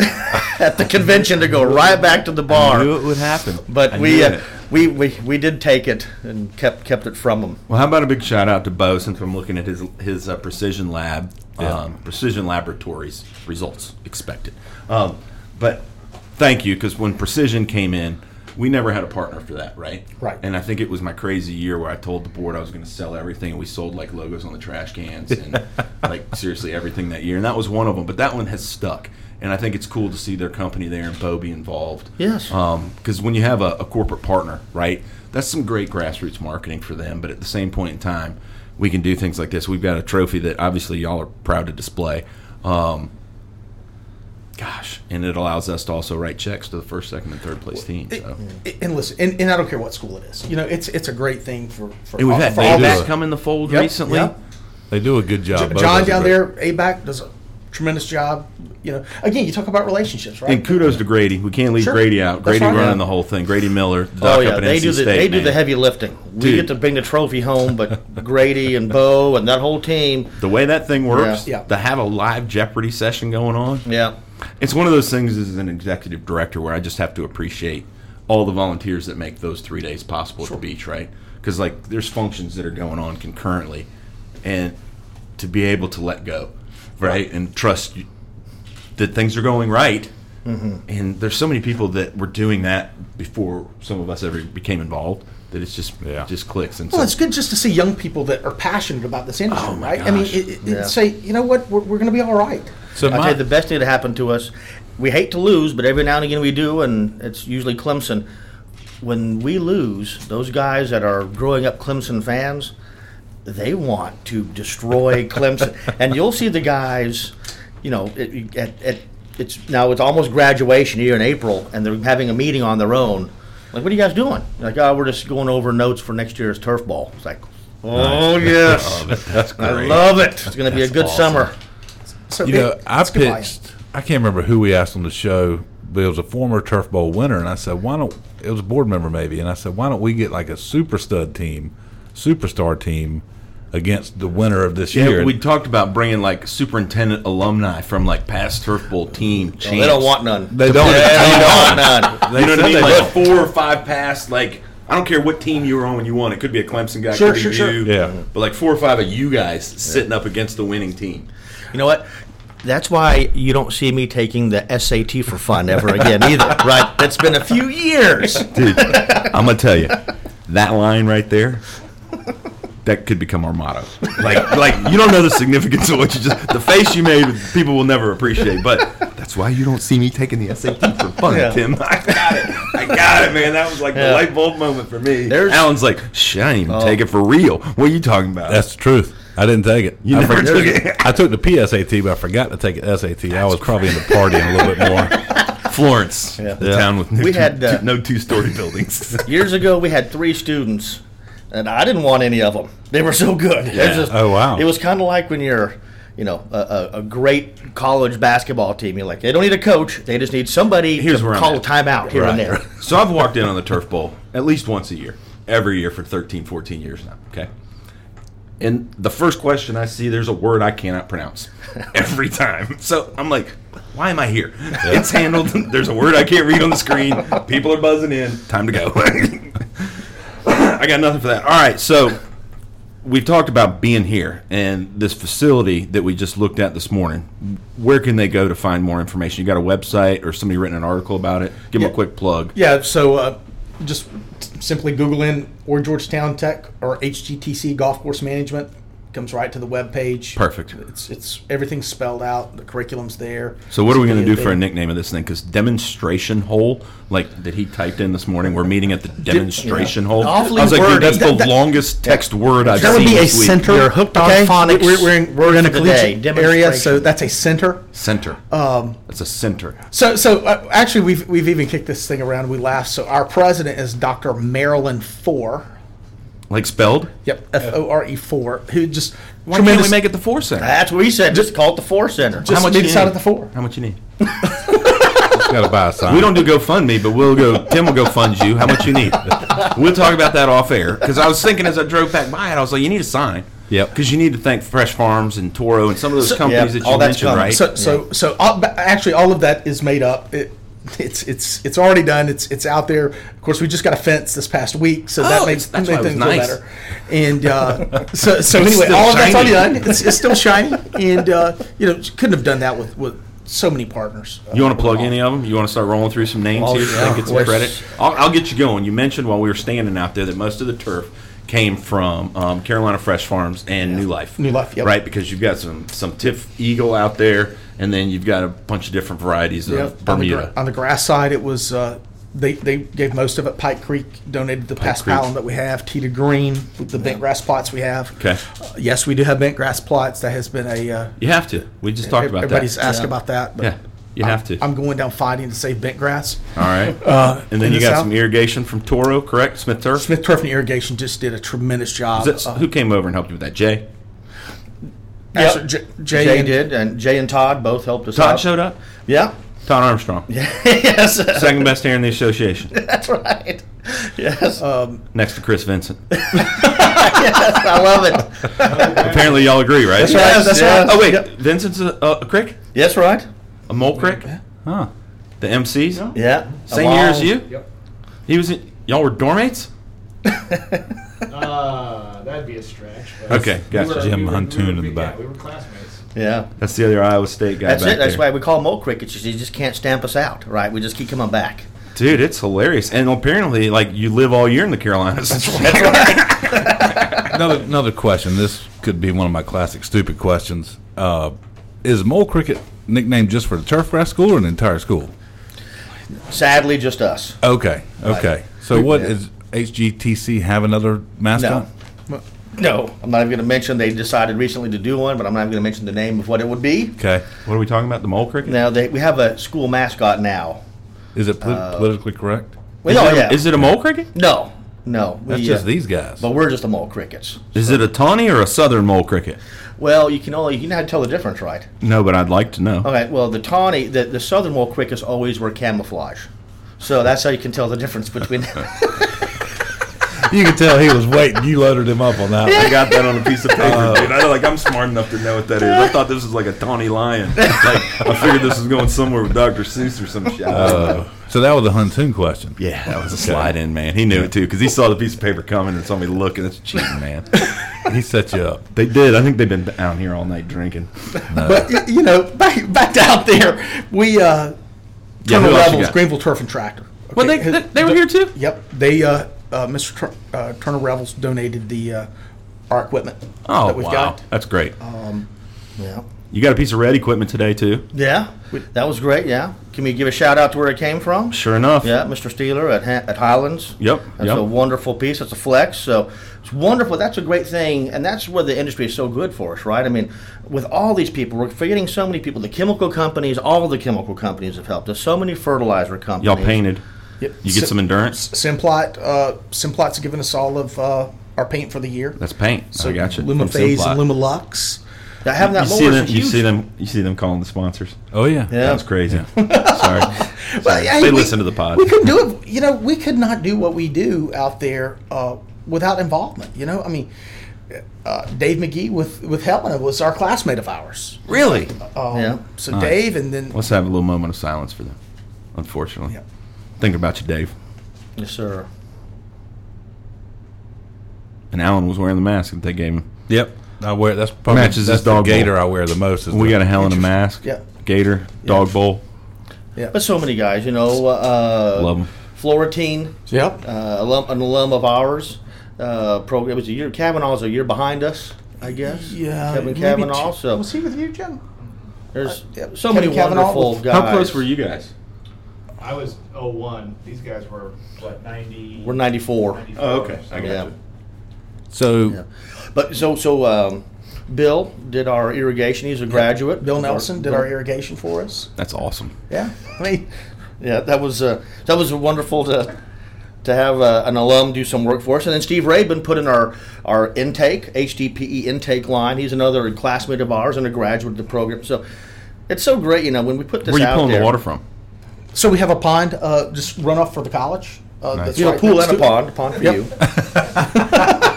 Speaker 6: at the convention to go right back to the bar.
Speaker 3: knew it would happen.
Speaker 6: But
Speaker 3: I
Speaker 6: we,
Speaker 3: knew
Speaker 6: uh,
Speaker 3: it.
Speaker 6: we we we did take it and kept kept it from them.
Speaker 3: Well, how about a big shout out to Bo since I'm looking at his his uh, precision lab, um, precision laboratories results expected. Um, but thank you because when precision came in, we never had a partner for that, right?
Speaker 4: Right.
Speaker 3: And I think it was my crazy year where I told the board I was going to sell everything, and we sold like logos on the trash cans and like seriously everything that year, and that was one of them. But that one has stuck. And I think it's cool to see their company there and Bo be involved.
Speaker 6: Yes.
Speaker 3: Because Um, when you have a, a corporate partner, right, that's some great grassroots marketing for them. But at the same point in time, we can do things like this. We've got a trophy that obviously y'all are proud to display. Um, gosh, and it allows us to also write checks to the first, second, and third place team. So.
Speaker 4: And listen, and, and I don't care what school it is. You know, it's it's a great thing for for,
Speaker 3: And we've
Speaker 4: all-
Speaker 3: had
Speaker 4: for all
Speaker 5: do
Speaker 3: Maybach
Speaker 5: it.
Speaker 4: that.
Speaker 3: come in the fold
Speaker 4: Yep,
Speaker 3: recently. Uh,
Speaker 4: yep.
Speaker 5: they do a good job. Bo
Speaker 4: John
Speaker 5: does a
Speaker 4: down
Speaker 5: great-
Speaker 4: there, ABAC does a tremendous job. You know, again, you talk about relationships, right?
Speaker 3: And kudos to Grady. We can't leave
Speaker 4: Sure.
Speaker 3: Grady out.
Speaker 4: That's
Speaker 3: Grady
Speaker 4: right.
Speaker 3: running
Speaker 4: Yeah.
Speaker 3: the whole thing. Grady Miller. the doc
Speaker 6: Oh
Speaker 3: up
Speaker 6: yeah,
Speaker 3: at
Speaker 6: they
Speaker 3: NC
Speaker 6: do the
Speaker 3: State,
Speaker 6: they do
Speaker 3: man.
Speaker 6: the heavy lifting. We
Speaker 3: Dude.
Speaker 6: get to bring the trophy home, but Grady and Bo and that whole team.
Speaker 3: The way that thing works,
Speaker 4: Yeah. Yeah.
Speaker 3: to have a live Jeopardy session going on,
Speaker 6: Yeah,
Speaker 3: It's one of those things as an executive director where I just have to appreciate all the volunteers that make those three days possible at the beach, right? Because like there's functions that are going on concurrently, and to be able to let go, right, and trust you- that things are going right.
Speaker 6: Mm-hmm.
Speaker 3: And there's so many people that were doing that before some of us ever became involved that it's just
Speaker 5: Yeah.
Speaker 3: just clicks. And
Speaker 4: Well,
Speaker 3: so
Speaker 4: it's good just to see young people that are passionate about this industry, right? I mean,
Speaker 3: Oh gosh.
Speaker 4: it, it,
Speaker 6: Yeah.
Speaker 4: say, you know what, we're, we're going to be all right.
Speaker 5: So
Speaker 6: I
Speaker 5: my,
Speaker 6: tell you, the best thing that happened to us. We hate to lose, but every now and again we do, and it's usually Clemson. When we lose, those guys that are growing up Clemson fans, they want to destroy Clemson, and you'll see the guys. You know, it, at, at it's now it's almost graduation year in April, and they're having a meeting on their own. Like, what are you guys doing? Like, oh, we're just going over notes for next year's turf ball. It's like, oh yes,
Speaker 5: that's
Speaker 6: I
Speaker 5: great.
Speaker 6: love it. It's going to be a
Speaker 5: That's
Speaker 6: good
Speaker 5: awesome.
Speaker 6: summer.
Speaker 4: So
Speaker 5: You
Speaker 4: it-
Speaker 5: know, I
Speaker 4: it's good buy-in.
Speaker 5: pitched. I can't remember who we asked on the show, but it was a former Turf Bowl winner, and I said, "Why don't?" It was a board member maybe, and I said, "Why don't we get like a super stud team, superstar team, against the winner of this year?"
Speaker 3: yeah, we talked about bringing like superintendent alumni from like past turf bowl team.
Speaker 6: They don't want none.
Speaker 5: they don't.
Speaker 6: They don't want none.
Speaker 3: you know what I
Speaker 5: said
Speaker 3: mean?
Speaker 5: they
Speaker 3: Like
Speaker 5: will.
Speaker 3: four or five pass. Like I don't care what team you were on when you won. It could be a Clemson guy. it
Speaker 4: Sure,
Speaker 3: could be
Speaker 4: sure, sure.
Speaker 3: you,
Speaker 5: Yeah.
Speaker 3: But like four or five of you guys sitting up against the winning team.
Speaker 6: You know what? That's why you don't see me taking the SAT for fun ever again either, right? That's been a few years.
Speaker 3: Dude, I'm gonna tell you that line right there. That could become our motto. Like, like you don't know the significance of what you just the face you made. People will never appreciate, but that's why you don't see me taking the SAT for fun,
Speaker 6: Yeah.
Speaker 3: Tim. I got it, I got it, man. That was like the light bulb moment for me.
Speaker 6: There's-
Speaker 3: Alan's like, shit, I didn't
Speaker 4: Oh.
Speaker 3: even take it for real. What are you talking about?
Speaker 5: That's the truth. I didn't take it.
Speaker 3: You
Speaker 5: I
Speaker 3: never
Speaker 5: forgot-
Speaker 3: took it.
Speaker 5: I took the PSAT, but I forgot to take the SAT. I was probably in the party a little bit more.
Speaker 3: Florence, the
Speaker 6: Yeah.
Speaker 3: town with no
Speaker 6: We
Speaker 3: two,
Speaker 6: had, uh,
Speaker 3: two- no two-story buildings.
Speaker 6: Years ago, we had three students, and I didn't want any of them. They were so good. It was just-
Speaker 5: Oh, wow.
Speaker 6: It was kind of like when you're, you know, a, a, a great college basketball team. You're like, they don't need a coach. They just need somebody
Speaker 3: Here's
Speaker 6: to
Speaker 3: where I'm
Speaker 6: call a
Speaker 3: at.
Speaker 6: timeout here and
Speaker 5: Right.
Speaker 6: there.
Speaker 3: so I've walked in on the Turf Bowl at least once a year, every year for 13, 14 years now, okay? And the first question I see, there's a word I cannot pronounce every time. So I'm like, why am I here? It's handled. There's a word I can't read on the screen. People are buzzing in. Time to go. I got nothing for that. All right. So we've talked about being here and this facility that we just looked at this morning. Where can they go to find more information? You got a website or somebody written an article about it? Give them a
Speaker 4: Yeah.
Speaker 3: quick plug.
Speaker 4: Yeah, so uh, just simply Google in or Georgetown Tech or HGTC Golf Course Management comes right to the web page.
Speaker 3: Perfect.
Speaker 4: It's it's everything's spelled out. The curriculum's there.
Speaker 3: So what are we
Speaker 4: It's
Speaker 3: going to do
Speaker 4: pretty
Speaker 3: for a
Speaker 4: big.
Speaker 3: nickname of this thing? Because demonstration hole, like that he typed in this morning, we're meeting at the demonstration hole.
Speaker 4: Awfully
Speaker 3: I was like, dude,
Speaker 4: wordy.
Speaker 3: that's the
Speaker 4: That- that-
Speaker 3: longest text word I've
Speaker 6: That
Speaker 3: seen
Speaker 6: would be a
Speaker 3: this week.
Speaker 6: center-
Speaker 4: You're hooked on
Speaker 6: Okay.
Speaker 4: phonics.
Speaker 6: We're- we're in- we're in a
Speaker 4: for the day.
Speaker 6: collegiate
Speaker 4: area, so
Speaker 6: demonstration.
Speaker 4: that's a center.
Speaker 3: Center. Um, that's a center.
Speaker 4: So, so uh, actually, we've we've even kicked this thing around. We laugh. So our president is Dr. Marilyn Four.
Speaker 3: Like spelled.
Speaker 4: Yep, F O R E four. Who just
Speaker 3: Why
Speaker 4: tremendous-
Speaker 3: can't we make it the four center?
Speaker 6: That's what we said. Just call it the Four Center.
Speaker 4: just
Speaker 3: much
Speaker 4: meet
Speaker 3: you
Speaker 4: us out
Speaker 3: need?
Speaker 4: at the four.
Speaker 3: How much you need?
Speaker 5: Got to buy a sign.
Speaker 3: We don't do GoFundMe, but we'll go. Tim will go fund you. How much you need? We'll talk about that off air. Because I was thinking as I drove back by it, I was like, you need a sign.
Speaker 5: Yep.
Speaker 3: Because you need to thank Fresh Farms and Toro and some of those companies
Speaker 6: yeah,
Speaker 3: that
Speaker 6: all
Speaker 3: you
Speaker 6: that's
Speaker 3: mentioned,
Speaker 6: coming.
Speaker 3: right?
Speaker 4: So, so, so all, ba- actually, all of that is made up. It, it's it's it's already done. It's it's out there. Of course, we just got a fence this past week, so
Speaker 3: Oh,
Speaker 4: that makes
Speaker 3: that's
Speaker 4: made
Speaker 3: why it
Speaker 4: things
Speaker 3: was
Speaker 4: feel
Speaker 3: nice.
Speaker 4: better. And uh, so, so
Speaker 3: It's
Speaker 4: anyway,
Speaker 3: still
Speaker 4: all of that's already
Speaker 3: shiny.
Speaker 4: done. It's, it's still shiny, and uh, you know, couldn't have done that with with so many partners.
Speaker 3: You want to plug any of them? You want to start rolling through some names
Speaker 6: Oh,
Speaker 3: here so I
Speaker 6: yeah,
Speaker 3: can get
Speaker 6: of
Speaker 3: some
Speaker 6: course.
Speaker 3: credit? I'll, I'll get you going. You mentioned while we were standing out there that most of the turf came from um, Carolina Fresh Farms and New Life.
Speaker 4: New Life, yep.
Speaker 3: Right, because you've got some, some Tiff Eagle out there, and then you've got a bunch of different varieties
Speaker 4: Yeah,
Speaker 3: of
Speaker 4: on the,
Speaker 3: Bermuda.
Speaker 4: gra- on the grass side, it was uh, they they gave most of it. Pike Creek donated the past
Speaker 3: Creek.
Speaker 4: island that we have. Tita Green, with the bent grass plots we have.
Speaker 3: Okay.
Speaker 4: Uh, yes, we do have bent grass plots. That has been a uh,
Speaker 3: you have to. We just talked about
Speaker 4: everybody's
Speaker 3: that.
Speaker 4: asked about that. But
Speaker 3: Yeah, you have to.
Speaker 4: I'm going down fighting to save bent grass.
Speaker 3: All right.
Speaker 6: Uh,
Speaker 3: and then
Speaker 4: in
Speaker 3: you
Speaker 4: the
Speaker 3: got
Speaker 4: south?
Speaker 3: some irrigation from Toro, correct? Smith Turf?
Speaker 4: Smith Turf and Irrigation just did a tremendous job.
Speaker 3: Is that-
Speaker 4: Uh,
Speaker 3: who came over and helped you with that? Jay?
Speaker 4: actually, J- Jay,
Speaker 6: Jay
Speaker 4: and-
Speaker 6: did, and Jay and Todd both helped us
Speaker 3: Todd
Speaker 6: out.
Speaker 3: showed up?
Speaker 6: Yeah.
Speaker 3: Todd Armstrong.
Speaker 6: yes.
Speaker 3: Second best hair in the association,
Speaker 6: That's right. Yes.
Speaker 3: next to Chris Vincent.
Speaker 6: I love it.
Speaker 3: Apparently, y'all agree, right?
Speaker 6: That's right. That's right.
Speaker 3: Oh, wait. Vincent's a, a crick?
Speaker 6: Yes, right.
Speaker 3: A mole crick? Huh. The MCs?
Speaker 6: Yeah.
Speaker 3: Same
Speaker 6: Along-
Speaker 3: year as you?
Speaker 7: Yep.
Speaker 3: He was in, y'all were dormates?
Speaker 7: Uh, that'd be a stretch. but-
Speaker 3: Okay, gotcha.
Speaker 5: Jim
Speaker 7: we
Speaker 5: Huntoon in the
Speaker 7: yeah,
Speaker 5: back.
Speaker 7: we were classmates.
Speaker 6: Yeah.
Speaker 3: That's the other Iowa State guy.
Speaker 6: That's
Speaker 3: back
Speaker 6: it. That's
Speaker 3: there.
Speaker 6: why we call mole crickets. You just can't stamp us out, right? We just keep coming back.
Speaker 3: Dude, it's hilarious. And apparently, like, you live all year in the Carolinas.
Speaker 5: another another question. This could be one of my classic stupid questions. Uh, is mole cricket nicknamed just for the turf grass school or an entire school?
Speaker 6: Sadly, just us.
Speaker 5: Okay, okay. So what
Speaker 6: Yeah.
Speaker 5: is HGTC have another mascot?
Speaker 6: No, I'm not even going to mention. They decided recently to do one, but I'm not even going to mention the name of what it would be.
Speaker 5: Okay,
Speaker 3: what are we talking about? The mole cricket?
Speaker 6: Now they, we have a school mascot now.
Speaker 5: is it polit- politically correct?
Speaker 6: Well,
Speaker 3: is,
Speaker 6: no,
Speaker 3: it a,
Speaker 6: yeah.
Speaker 3: is it a mole cricket?
Speaker 6: no, no.
Speaker 5: That's
Speaker 6: we,
Speaker 5: just
Speaker 6: uh,
Speaker 5: these guys.
Speaker 6: But we're just the mole crickets.
Speaker 3: Is it a tawny or a southern mole cricket?
Speaker 6: Well, you can only you know how to tell the difference, right?
Speaker 3: No, but I'd like to know.
Speaker 6: Okay. Well, the tawny, the, the southern mole crickets always wear camouflage, so that's how you can tell the difference between.
Speaker 5: you could tell he was waiting. You loaded him up on that. one.
Speaker 3: I got that on a piece of paper, dude. I like I'm smart enough to know what that is. I thought this was like a tawny lion. Like I figured this was going somewhere with Dr. Seuss or some shit. Uh,
Speaker 5: So that was a Huntoon question.
Speaker 3: yeah, that was a slide in, man. He knew it too because he saw the piece of paper coming and saw me looking. That's cheating, man.
Speaker 5: He set you up.
Speaker 3: they did. I think they've been down here all night drinking. Uh,
Speaker 4: But y- you know, back back down there, we
Speaker 3: Yeah,
Speaker 4: uh,
Speaker 3: who
Speaker 4: Turner
Speaker 3: else you
Speaker 4: Revels,
Speaker 3: got?
Speaker 4: Greenville Turf and Tractor.
Speaker 3: Well,
Speaker 4: Okay,
Speaker 3: they,
Speaker 4: who-
Speaker 3: they, they were here too.
Speaker 4: Yep, they uh, uh, Mr. Tur- uh, Turner Revels donated the uh, our equipment
Speaker 3: Oh
Speaker 4: that we've
Speaker 3: wow,
Speaker 4: got.
Speaker 3: that's great.
Speaker 6: yeah.
Speaker 3: You got a piece of red equipment today too.
Speaker 6: Yeah, that was great. Yeah, can we give a shout out to where it came from?
Speaker 3: Sure enough.
Speaker 6: Yeah, Mr. Steeler at Ha- at Highlands.
Speaker 3: Yep,
Speaker 6: that's
Speaker 3: yep.
Speaker 6: a wonderful piece. That's a flex. So it's wonderful. That's a great thing, and that's where the industry is so good for us, right? I mean, with all these people, we're forgetting so many people. The chemical companies, all the chemical companies have helped us. So many fertilizer companies.
Speaker 3: Y'all painted.
Speaker 4: Yep.
Speaker 3: You get
Speaker 4: Sim-
Speaker 3: some endurance.
Speaker 4: Simplot. Uh, Simplot's given us all of uh, our paint for the year.
Speaker 3: That's paint. I got you.
Speaker 4: Lumaphase and Lumalux.
Speaker 6: Now, having
Speaker 3: You
Speaker 6: that
Speaker 3: see
Speaker 6: mower
Speaker 3: them.
Speaker 6: is
Speaker 3: You
Speaker 6: huge.
Speaker 3: see them. You see them calling the sponsors.
Speaker 5: Oh yeah.
Speaker 6: Yeah.
Speaker 3: That's crazy. Sorry. Sorry.
Speaker 4: hey,
Speaker 3: they
Speaker 4: we-
Speaker 3: listen to the pod.
Speaker 4: We couldn't do it. You know, we could not do what we do out there uh, without involvement. You know, I mean, uh, Dave McGee with with Helena was our classmate of ours.
Speaker 3: Really?
Speaker 4: Um,
Speaker 6: Yeah.
Speaker 4: So Dave, and then
Speaker 3: Let's have a little moment of silence for them. Unfortunately,
Speaker 4: Yep.
Speaker 3: thinking about you, Dave.
Speaker 6: Yes, sir.
Speaker 3: And Alan was wearing the mask that they gave him.
Speaker 5: Yep. I wear that's probably
Speaker 3: Matches
Speaker 5: that's
Speaker 3: his
Speaker 5: the
Speaker 3: dog bowl.
Speaker 5: gator I wear the most. Is
Speaker 3: We
Speaker 5: the-
Speaker 3: got a Helena mask.
Speaker 4: Yep.
Speaker 3: Gator, dog bowl.
Speaker 6: But so many guys, you know. Uh,
Speaker 3: Love 'em.
Speaker 6: Florentine,
Speaker 4: yep,
Speaker 6: uh, alum, an alum of ours. Uh, pro, it was a year. Kavanaugh's a year behind us, I guess.
Speaker 4: yeah,
Speaker 6: Kevin
Speaker 4: maybe
Speaker 6: Kavanaugh.
Speaker 4: two-
Speaker 6: So
Speaker 4: was he with you, Jim?
Speaker 6: there's
Speaker 4: yeah,
Speaker 6: so
Speaker 4: Kevin
Speaker 6: many
Speaker 4: Kavanaugh
Speaker 6: wonderful
Speaker 4: was-
Speaker 6: guys.
Speaker 3: How close were you guys?
Speaker 7: I was 01. These guys were, what, 90?
Speaker 6: We're 94.
Speaker 7: 94.
Speaker 3: Oh, okay. I got
Speaker 6: Yeah.
Speaker 3: you.
Speaker 5: so
Speaker 6: But so so um, Bill did our irrigation. He's a graduate.
Speaker 4: Bill Nelson did our irrigation for us.
Speaker 3: That's awesome.
Speaker 4: Yeah, I mean,
Speaker 6: Yeah, that was uh, that was wonderful to to have uh, an alum do some work for us. And then Steve Rabin put in our our intake HDPE E intake line. He's another classmate of ours and a graduate of the program. So it's so great, you know, when we put this
Speaker 3: Where are you
Speaker 6: out
Speaker 3: pulling
Speaker 6: there.
Speaker 3: the water from?
Speaker 4: so we have a pond, uh, just run off for the college. Uh, that's
Speaker 6: You know,
Speaker 4: right
Speaker 6: pool
Speaker 4: next
Speaker 6: and a
Speaker 4: to it.
Speaker 6: pond, a pond for
Speaker 4: Yep.
Speaker 6: you.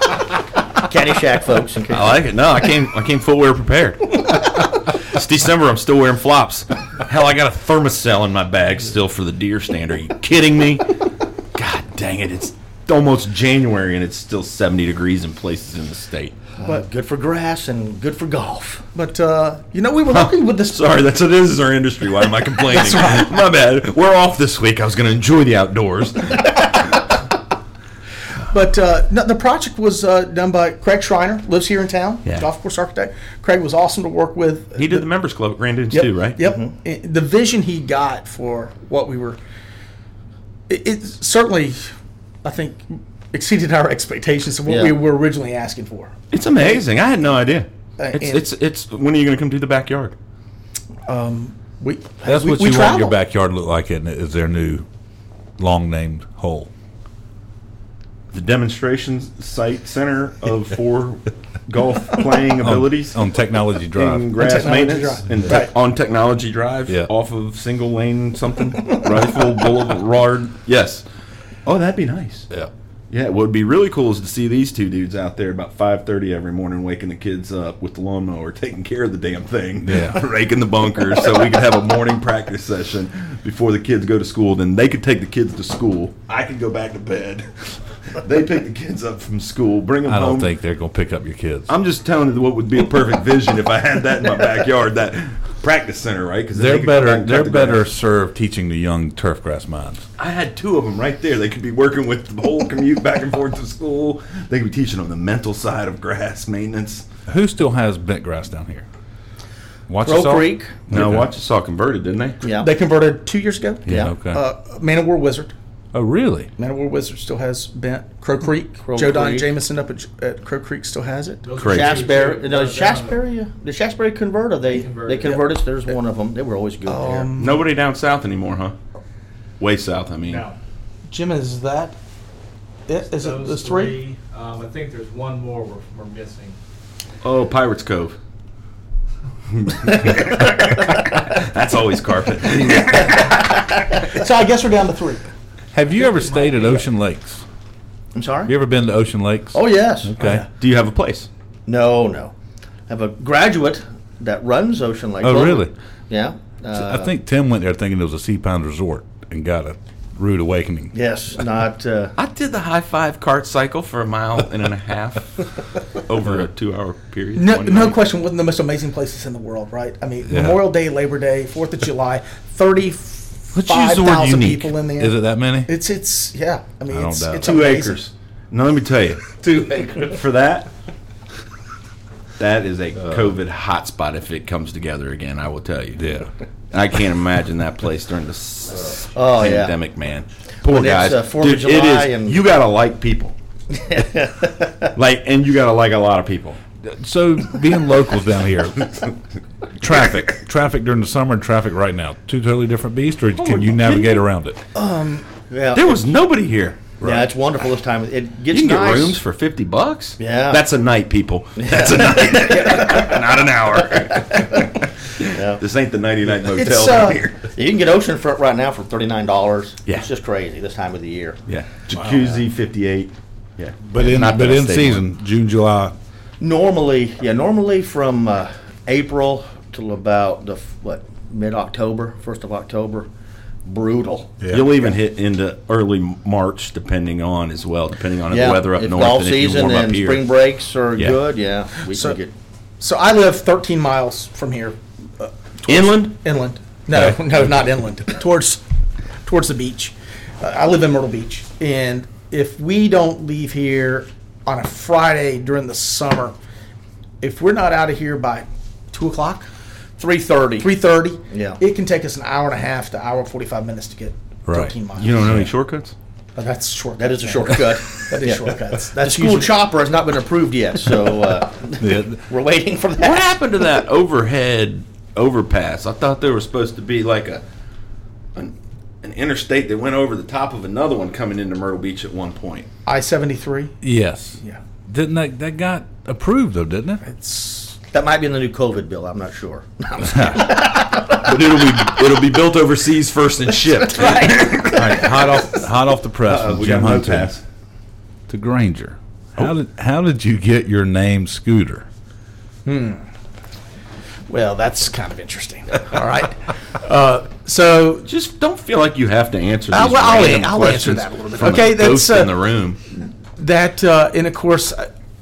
Speaker 6: Caddyshack, folks. In case
Speaker 3: I like it. No, I came. I came full wear prepared. it's December. I'm still wearing flops. Hell, I got a thermocell in my bag still for the deer stand. Are you kidding me? God dang it! It's almost January and it's still 70 degrees in places in the state.
Speaker 6: But good for grass and good for golf.
Speaker 4: But uh, you know, we were lucky with this.
Speaker 3: Sorry, that's what it is. is Our industry. Why am I complaining? My bad. We're off this week. I was going to enjoy the outdoors.
Speaker 4: But uh, no, the project was uh, done by Craig Schreiner, lives here in town,
Speaker 3: Yeah.
Speaker 4: golf course architect. Craig was awesome to work with.
Speaker 3: He did the members club at Grand Dunes
Speaker 4: Yep.
Speaker 3: too, right?
Speaker 4: Yep. I- The vision he got for what we were, it, it certainly, I think, exceeded our expectations of what
Speaker 6: Yeah.
Speaker 4: we were originally asking for.
Speaker 3: It's amazing. I had no idea.
Speaker 4: Uh,
Speaker 3: It's,
Speaker 4: and-
Speaker 3: it's it's when are you going to come do the backyard?
Speaker 4: We
Speaker 5: that's
Speaker 4: we, we
Speaker 5: what you want your
Speaker 4: traveled.
Speaker 5: backyard to look like. isn't it, is their new long named hole.
Speaker 3: the demonstration site center of four golf playing abilities
Speaker 5: on Technology
Speaker 3: in
Speaker 5: Drive.
Speaker 3: grass
Speaker 4: Technology
Speaker 3: maintenance
Speaker 4: Drive.
Speaker 3: and te-
Speaker 4: Right.
Speaker 3: on technology drive
Speaker 5: Yeah.
Speaker 3: off of single lane something rifle boulevard yes oh that'd be nice
Speaker 5: Yeah.
Speaker 3: yeah what would be really cool is to see these two dudes out there about 5.30 every morning waking the kids up with the lawnmower taking care of the damn thing
Speaker 5: Yeah.
Speaker 3: raking the bunkers so we could have a morning practice session before the kids go to school then they could take the kids to school i could go back to bed they pick the kids up from school bring them
Speaker 5: I don't
Speaker 3: home
Speaker 5: think they're gonna pick up your kids.
Speaker 3: I'm just telling you what would be a perfect vision if I had that in my backyard, that practice center, right? Because
Speaker 5: they're better. They're better served teaching the young turf grass minds.
Speaker 3: I had two of them right there. They could be working with the whole commute back and forth to school. They could be teaching them the mental side of grass maintenance.
Speaker 5: Who still has bent grass down here? Watch
Speaker 6: Crow Creek.
Speaker 3: Now,
Speaker 5: Okay.
Speaker 3: watch saw converted, didn't they?
Speaker 6: Yeah.
Speaker 4: They converted two years ago.
Speaker 5: Yeah.
Speaker 6: Yeah.
Speaker 5: Okay.
Speaker 4: Uh, Man of War Wizard.
Speaker 5: oh, really?
Speaker 4: Man of War Wizard still has Bent. Crow Creek. Joe Don
Speaker 6: Creek.
Speaker 4: Jameson up at, at Crow Creek still has it.
Speaker 7: Those
Speaker 3: Crazy.
Speaker 7: were two
Speaker 6: Shaftesbury,
Speaker 7: that
Speaker 6: no,
Speaker 7: were down
Speaker 6: Shaftesbury, did Shaftesbury convert or they, they converted?
Speaker 7: converted.
Speaker 6: us. There's one of them. They were always good
Speaker 4: Um,
Speaker 6: there.
Speaker 3: Nobody down south anymore, huh? Way south, I mean.
Speaker 7: No.
Speaker 4: Jim, is that it? Is it the
Speaker 7: Those
Speaker 4: three?
Speaker 7: three. Um, I think there's one more we're, we're missing.
Speaker 3: Oh, Pirates Cove. That's always carpet.
Speaker 4: So I guess we're down to three.
Speaker 5: Have you ever stayed at Ocean Lakes?
Speaker 6: I'm sorry?
Speaker 5: You ever been to Ocean Lakes?
Speaker 6: oh, yes.
Speaker 5: Okay.
Speaker 3: Do you have a place?
Speaker 6: No, no. I have a graduate that runs Ocean Lake.
Speaker 5: Oh,
Speaker 6: Bowl.
Speaker 5: really?
Speaker 6: Yeah. Uh,
Speaker 5: I think Tim went there thinking it was a Sea Pound resort and got a rude awakening.
Speaker 6: yes, not. Uh,
Speaker 3: I did the high five cart cycle for a mile and a half over a two hour period.
Speaker 4: No,
Speaker 3: one
Speaker 4: no
Speaker 3: night.
Speaker 4: question. One of the most amazing places in the world, right? I mean,
Speaker 5: Yeah.
Speaker 4: Memorial Day, Labor Day, Fourth of July, thirty-five thousand people in there.
Speaker 5: Is it that many?
Speaker 4: It's it's yeah. I mean,
Speaker 5: I don't
Speaker 4: it's,
Speaker 5: doubt
Speaker 4: it's
Speaker 5: it.
Speaker 3: Two
Speaker 4: amazing.
Speaker 3: acres. Now let me tell you, two acres for that. That is a
Speaker 6: Uh.
Speaker 3: COVID hotspot if it comes together again. I will tell you.
Speaker 5: yeah.
Speaker 3: I can't imagine that place during the s-
Speaker 6: Oh, yeah.
Speaker 3: pandemic, man. Poor
Speaker 6: When it's,
Speaker 3: guys.
Speaker 6: uh, 4th of
Speaker 3: Dude, it
Speaker 6: July
Speaker 3: is-
Speaker 6: and-
Speaker 3: you gotta like people. like, and you gotta like a lot of people.
Speaker 5: So being locals down here, traffic, traffic during the summer and traffic right now, two totally different beasts, or can you navigate around it?
Speaker 3: Oh,
Speaker 6: yeah,
Speaker 3: There was nobody here.
Speaker 6: yeah, it's wonderful this time. It gets
Speaker 3: You can
Speaker 6: nice.
Speaker 3: get rooms for fifty bucks.
Speaker 6: Yeah.
Speaker 3: that's a night, people. That's a night, not an hour.
Speaker 6: Yeah.
Speaker 3: This ain't the ninety night motel
Speaker 4: It's,
Speaker 3: down
Speaker 4: uh,
Speaker 3: here.
Speaker 6: You can get oceanfront right now for thirty nine dollars.
Speaker 3: Yeah.
Speaker 6: it's just crazy this time of the year.
Speaker 3: Yeah, jacuzzi fifty eight. Yeah,
Speaker 5: But in
Speaker 3: Not that
Speaker 5: but
Speaker 3: I
Speaker 5: in
Speaker 3: stayed
Speaker 5: season, June, July,
Speaker 6: Normally, yeah, normally from uh, April till about the f- what mid October, first of October, brutal.
Speaker 5: Yeah.
Speaker 3: You'll even hit into early March, depending on as well, depending on the weather up
Speaker 6: if
Speaker 3: north.
Speaker 6: golf
Speaker 3: and if you
Speaker 6: season
Speaker 3: warm up
Speaker 6: and
Speaker 3: here.
Speaker 6: spring breaks are
Speaker 3: Yeah.
Speaker 6: good, yeah, we
Speaker 4: So-
Speaker 6: can get
Speaker 4: So I live 13 miles from here,
Speaker 3: inland.
Speaker 4: inland. No, no, not inland. Towards towards the beach. Uh, I live in Myrtle Beach, and if we don't leave here on a Friday during the summer, if we're not out of here by two o'clock,
Speaker 6: three thirty.
Speaker 4: three thirty,
Speaker 6: Yeah.
Speaker 4: it can take us an hour and a half to hour and forty five minutes to get
Speaker 5: Right.
Speaker 4: 13 miles.
Speaker 3: You don't know any shortcuts?
Speaker 4: but that's short.
Speaker 6: That is a shortcut.
Speaker 4: That is
Speaker 6: Yeah.
Speaker 4: shortcuts.
Speaker 6: The
Speaker 4: That's
Speaker 6: school
Speaker 4: usually-
Speaker 6: chopper has not been approved yet, so uh,
Speaker 5: Yeah.
Speaker 6: we're waiting for
Speaker 3: What
Speaker 6: that.
Speaker 3: happened to that overhead overpass? I thought there was supposed to be like a an, an interstate that went over the top of another one coming into Myrtle Beach at one point.
Speaker 4: I seventy three.
Speaker 5: Yes.
Speaker 4: Yeah.
Speaker 5: Didn't that that got approved though? Didn't it?
Speaker 6: That might be in the new COVID bill. I'm not sure.
Speaker 3: But it'll be it'll be built overseas first and shipped.
Speaker 5: All right, hot off hot off the press
Speaker 3: Uh,
Speaker 5: from
Speaker 3: we
Speaker 5: Jim
Speaker 3: got no
Speaker 5: Hunter
Speaker 3: pass. Oh.
Speaker 5: to Granger. How did how did you get your name Scooter?
Speaker 4: Well, that's kind of interesting. All right. Uh, so
Speaker 3: Just don't feel like you have to answer these
Speaker 4: I- Uh, well, I'll-
Speaker 3: random
Speaker 4: I'll answer
Speaker 3: questions
Speaker 4: that a little bit.
Speaker 3: from
Speaker 4: Okay,
Speaker 3: a
Speaker 4: that's,
Speaker 3: ghost
Speaker 4: uh,
Speaker 3: in the room.
Speaker 4: That uh, and of course,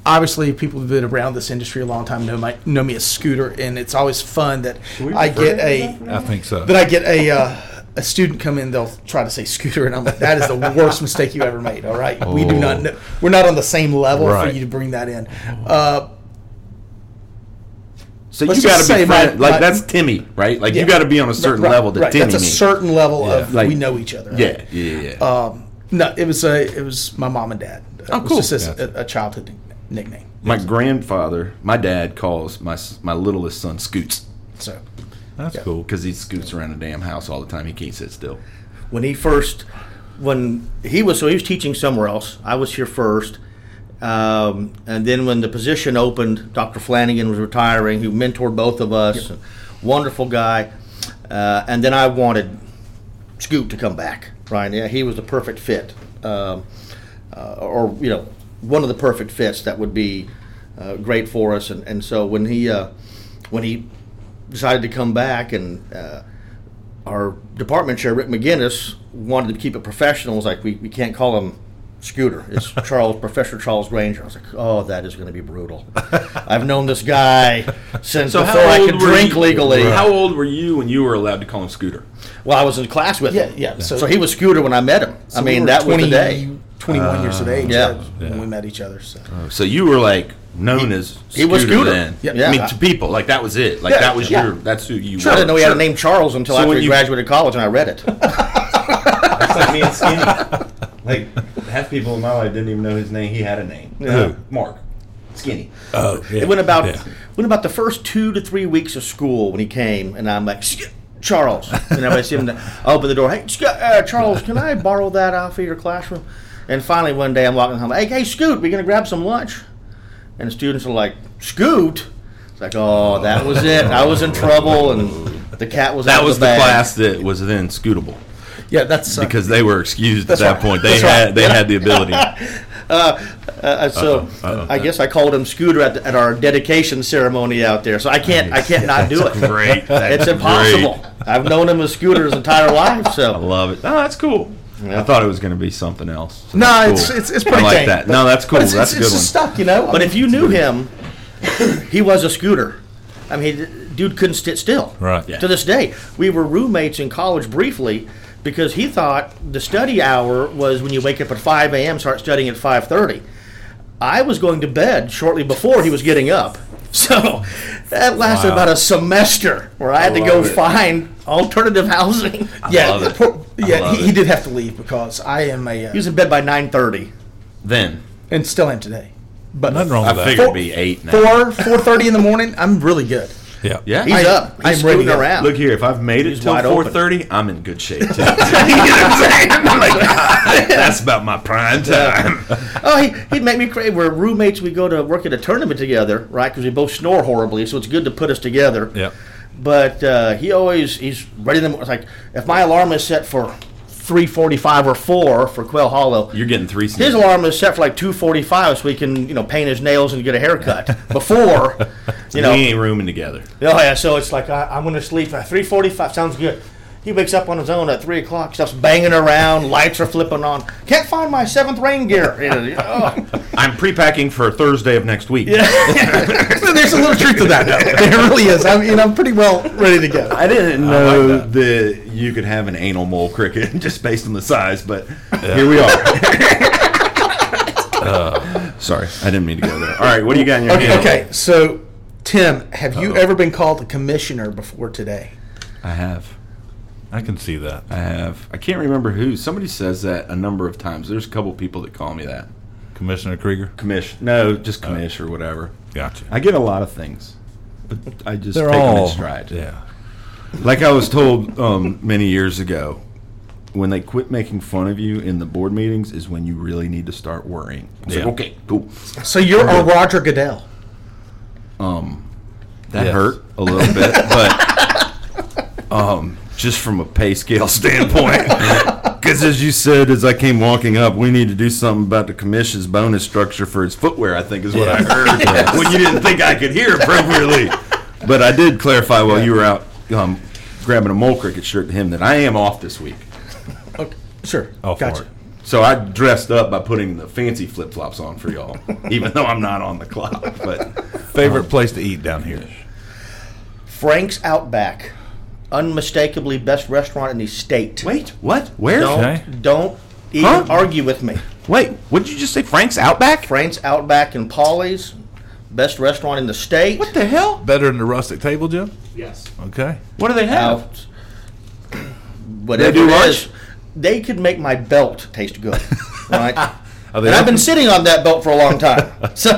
Speaker 4: obviously, people who've been around this industry a long time know my know me as Scooter, and it's always fun that I get a
Speaker 5: I think so.
Speaker 4: that I get a uh, a student come in. They'll try to say Scooter, and I'm like, that is the worst mistake you ever made. All right, we do
Speaker 3: Oh.
Speaker 4: not know, we're not on the same level
Speaker 5: Right.
Speaker 4: for you to bring that in. Uh,
Speaker 3: So
Speaker 4: let's
Speaker 3: you got
Speaker 4: just
Speaker 3: to
Speaker 4: say
Speaker 3: be
Speaker 4: my-
Speaker 3: friend, like
Speaker 4: my-
Speaker 3: that's Timmy, right? Like
Speaker 4: Yeah.
Speaker 3: you got to be on a certain
Speaker 4: right,
Speaker 3: level to
Speaker 4: right,
Speaker 3: Timmy.
Speaker 4: that's a
Speaker 3: me.
Speaker 4: certain level of
Speaker 3: Like-
Speaker 4: we know each other.
Speaker 3: yeah, yeah, yeah.
Speaker 4: Um, no, it was a it was my mom and dad. Oh,
Speaker 3: cool.
Speaker 4: It was just a, a childhood nickname.
Speaker 3: my grandfather, my dad calls my s- my littlest son Scoots
Speaker 4: So
Speaker 5: That's cool.
Speaker 3: because he scoots around the damn house all the time. He can't sit still.
Speaker 6: when he first when he was so he was teaching somewhere else i was here first um, and then when the position opened dr flanagan was retiring he mentored both of us wonderful guy uh, and then i wanted scoot to come back right yeah he was the perfect fit um, uh, or you know one of the perfect fits that would be uh, great for us and, and so when he uh, when he decided to come back and uh, our department chair Rick McGinnis wanted to keep it professional. Was like, we, we can't call him Scooter. It's Charles Professor Charles Granger. I was like, oh, that is going to be brutal. I've known this guy since before I could drink legally.
Speaker 3: How old were you when you were allowed to call him Scooter?
Speaker 6: Well, I was in class with
Speaker 4: Yeah,
Speaker 6: him.
Speaker 4: yeah,
Speaker 6: So,
Speaker 4: so-
Speaker 6: he was Scooter when I met him. I
Speaker 4: So we
Speaker 6: mean,
Speaker 4: were
Speaker 6: that was the day.
Speaker 4: 21 years of age
Speaker 6: yeah.
Speaker 4: uh, when we met each other. So.
Speaker 3: Oh, So you were like known as Scooter
Speaker 6: he was Scooter.
Speaker 3: then.
Speaker 6: Yeah.
Speaker 3: I mean to people like that was it. Like
Speaker 6: Yeah,
Speaker 3: that was
Speaker 6: yeah.
Speaker 3: your that's who you
Speaker 6: I
Speaker 3: were.
Speaker 6: didn't know he had a name Charles until
Speaker 3: So
Speaker 6: after
Speaker 3: when
Speaker 6: he
Speaker 3: you-
Speaker 6: graduated college and I read it.
Speaker 8: It's like me and Skinny. Like half people in my life didn't even know his name. He had a name. Uh, Mark. Skinny.
Speaker 5: Oh, yeah.
Speaker 6: It went about
Speaker 5: Yeah.
Speaker 6: went about the first two to three weeks of school when he came, and I'm like, "Sc- Charles, and I see him. I open the door. Hey, Sc- uh, Charles, can I borrow that off of your classroom? And finally, one day, I'm walking home. Hey, hey, Scoot, we gonna grab some lunch? And the students are like, Scoot. It's like, oh, that was it. I was in trouble, and the cat was out
Speaker 3: that
Speaker 6: of
Speaker 3: was the
Speaker 6: bag.
Speaker 3: class that was then scootable
Speaker 4: Yeah, that's uh,
Speaker 3: because they were excused at that
Speaker 4: right.
Speaker 3: point. They had they had the ability.
Speaker 6: Uh, so I guess I called him Scooter at, the, at our dedication ceremony out there. So I can't, I can't not do it.
Speaker 3: Great, that's
Speaker 6: It's impossible. I've known him as Scooter his entire life. So
Speaker 3: I love it. Oh, that's cool. I thought it was going to be something else. So
Speaker 4: No,
Speaker 3: that's
Speaker 4: it's- it's- it's pretty
Speaker 3: I like
Speaker 4: tame,
Speaker 3: that. No, that's cool.
Speaker 4: but it's,
Speaker 3: that's
Speaker 4: it's,
Speaker 3: a good
Speaker 4: it's
Speaker 3: one.
Speaker 4: just stuck, you know.
Speaker 6: But if you knew him, he was a scooter. I mean, the dude couldn't sit still.
Speaker 5: Right.
Speaker 6: To this day, we were roommates in college briefly because he thought the study hour was when you wake up at 5 a.m. start studying at 5:30. I was going to bed shortly before he was getting up. So that lasted about a semester where I had to go find alternative housing.
Speaker 4: yeah,
Speaker 3: love it.
Speaker 4: poor- yeah,
Speaker 3: love
Speaker 4: he,
Speaker 3: it.
Speaker 4: he did have to leave because I am a
Speaker 6: He
Speaker 4: uh,
Speaker 6: was in bed by 9:30.
Speaker 3: Then
Speaker 4: and still am today. But
Speaker 5: Nothing wrong
Speaker 3: I
Speaker 5: with that.
Speaker 3: figured it'd be eight now.
Speaker 4: four four thirty in the morning, I'm really good.
Speaker 5: Yeah.
Speaker 3: Yeah.
Speaker 6: He's
Speaker 4: I-
Speaker 6: up. He's
Speaker 4: I'm ready
Speaker 6: scooting
Speaker 4: to go.
Speaker 6: around.
Speaker 3: Look here, if I've made it till
Speaker 6: wide open.
Speaker 3: 4:30, I'm in good shape too. You know what I'm saying? I'm like, "God, that's about my prime time.
Speaker 6: Oh, he, he'd make me crazy. We're roommates. We go to work at a tournament together, right? Because we both snore horribly, so it's good to put us together.
Speaker 5: Yeah.
Speaker 6: But uh, he always he's ready. To, it's like if my alarm is set for 3:45 or four for Quail Hollow.
Speaker 3: You're getting three.
Speaker 6: His
Speaker 3: sniffs.
Speaker 6: alarm is set for like 2:45, so he can you know paint his nails and get a haircut before you know.
Speaker 3: we ain't rooming together.
Speaker 6: Oh yeah, so it's like I, I'm going to sleep at 3:45. Sounds good. He wakes up on his own at three o'clock. Stuff's banging around. Lights are flipping on. Can't find my seventh rain gear. You know, oh.
Speaker 3: I'm pre-packing for Thursday of next week.
Speaker 4: There's a little truth to that. It really is. I mean, I'm pretty well ready to go.
Speaker 3: I didn't know that. you could have an anal mole cricket just based on the size, but here we are. Sorry, I didn't mean to go there. All right, what do you got in your
Speaker 4: Okay,
Speaker 3: hand?
Speaker 4: okay, so Tim, have you ever been called a commissioner before today?
Speaker 3: I have.
Speaker 5: I can see that.
Speaker 3: I have. I can't remember who. Somebody says that a number of times. There's a couple people that call me that.
Speaker 5: Commissioner Krieger.
Speaker 3: Commish. No, just commish or whatever.
Speaker 5: Gotcha.
Speaker 3: I get a lot of things, but I just
Speaker 5: They're
Speaker 3: take them in
Speaker 5: all
Speaker 3: stride.
Speaker 5: Yeah.
Speaker 3: Like I was told um, many years ago, when they quit making fun of you in the board meetings is when you really need to start worrying. I was like,
Speaker 5: Yeah.
Speaker 3: okay, cool.
Speaker 4: So you're a Roger Goodell.
Speaker 3: That
Speaker 5: Yes.
Speaker 3: hurt a little bit, but um, just from a pay scale standpoint. Because as you said, as I came walking up, we need to do something about the commission's bonus structure for its footwear. I think is what I heard when you didn't think I could hear appropriately. But I did clarify while you were out um, grabbing a mole cricket shirt to him that I am off this week.
Speaker 4: Okay, sure.
Speaker 5: All
Speaker 4: gotcha.
Speaker 5: Oh, for it.
Speaker 3: So I dressed up by putting the fancy flip flops on for y'all, even though I'm not on the clock. But um,
Speaker 5: Favorite place to eat down here.
Speaker 6: Frank's Outback, unmistakably best restaurant in the state.
Speaker 3: wait, what? Where?
Speaker 6: Don't
Speaker 5: Okay.
Speaker 6: don't even
Speaker 3: Huh?
Speaker 6: argue with me.
Speaker 3: Wait, what did you just say? Frank's Outback?
Speaker 6: Frank's Outback and Polly's, best restaurant in the state.
Speaker 3: What the hell?
Speaker 5: Better than the rustic table, Jim?
Speaker 7: Yes.
Speaker 5: Okay.
Speaker 3: What do they have?
Speaker 6: Out. Whatever
Speaker 3: do
Speaker 6: it
Speaker 3: lunch?
Speaker 6: is, they could make my belt taste good, right?
Speaker 5: Are
Speaker 6: and I've been sitting on that belt for a long time. So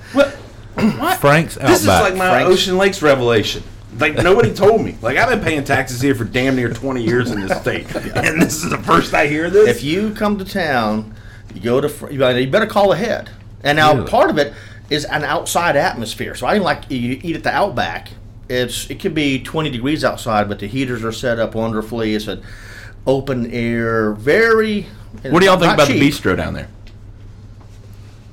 Speaker 3: What?
Speaker 5: Frank's
Speaker 3: This is
Speaker 5: Outback.
Speaker 3: like my
Speaker 6: Frank's.
Speaker 3: Ocean Lakes revelation. Like nobody told me. Like I've been paying taxes here for damn near 20 years in this state, and this is the first I hear this.
Speaker 6: if you come to town, you go to Fr- you better you better call ahead. And now
Speaker 5: Really?
Speaker 6: part of it is an outside atmosphere. So I didn't like you eat at the Outback. It's it could be 20 degrees outside, but the heaters are set up wonderfully. It's an open air, very.
Speaker 3: what do y'all think
Speaker 6: not
Speaker 3: about
Speaker 6: cheap.
Speaker 3: the bistro down there?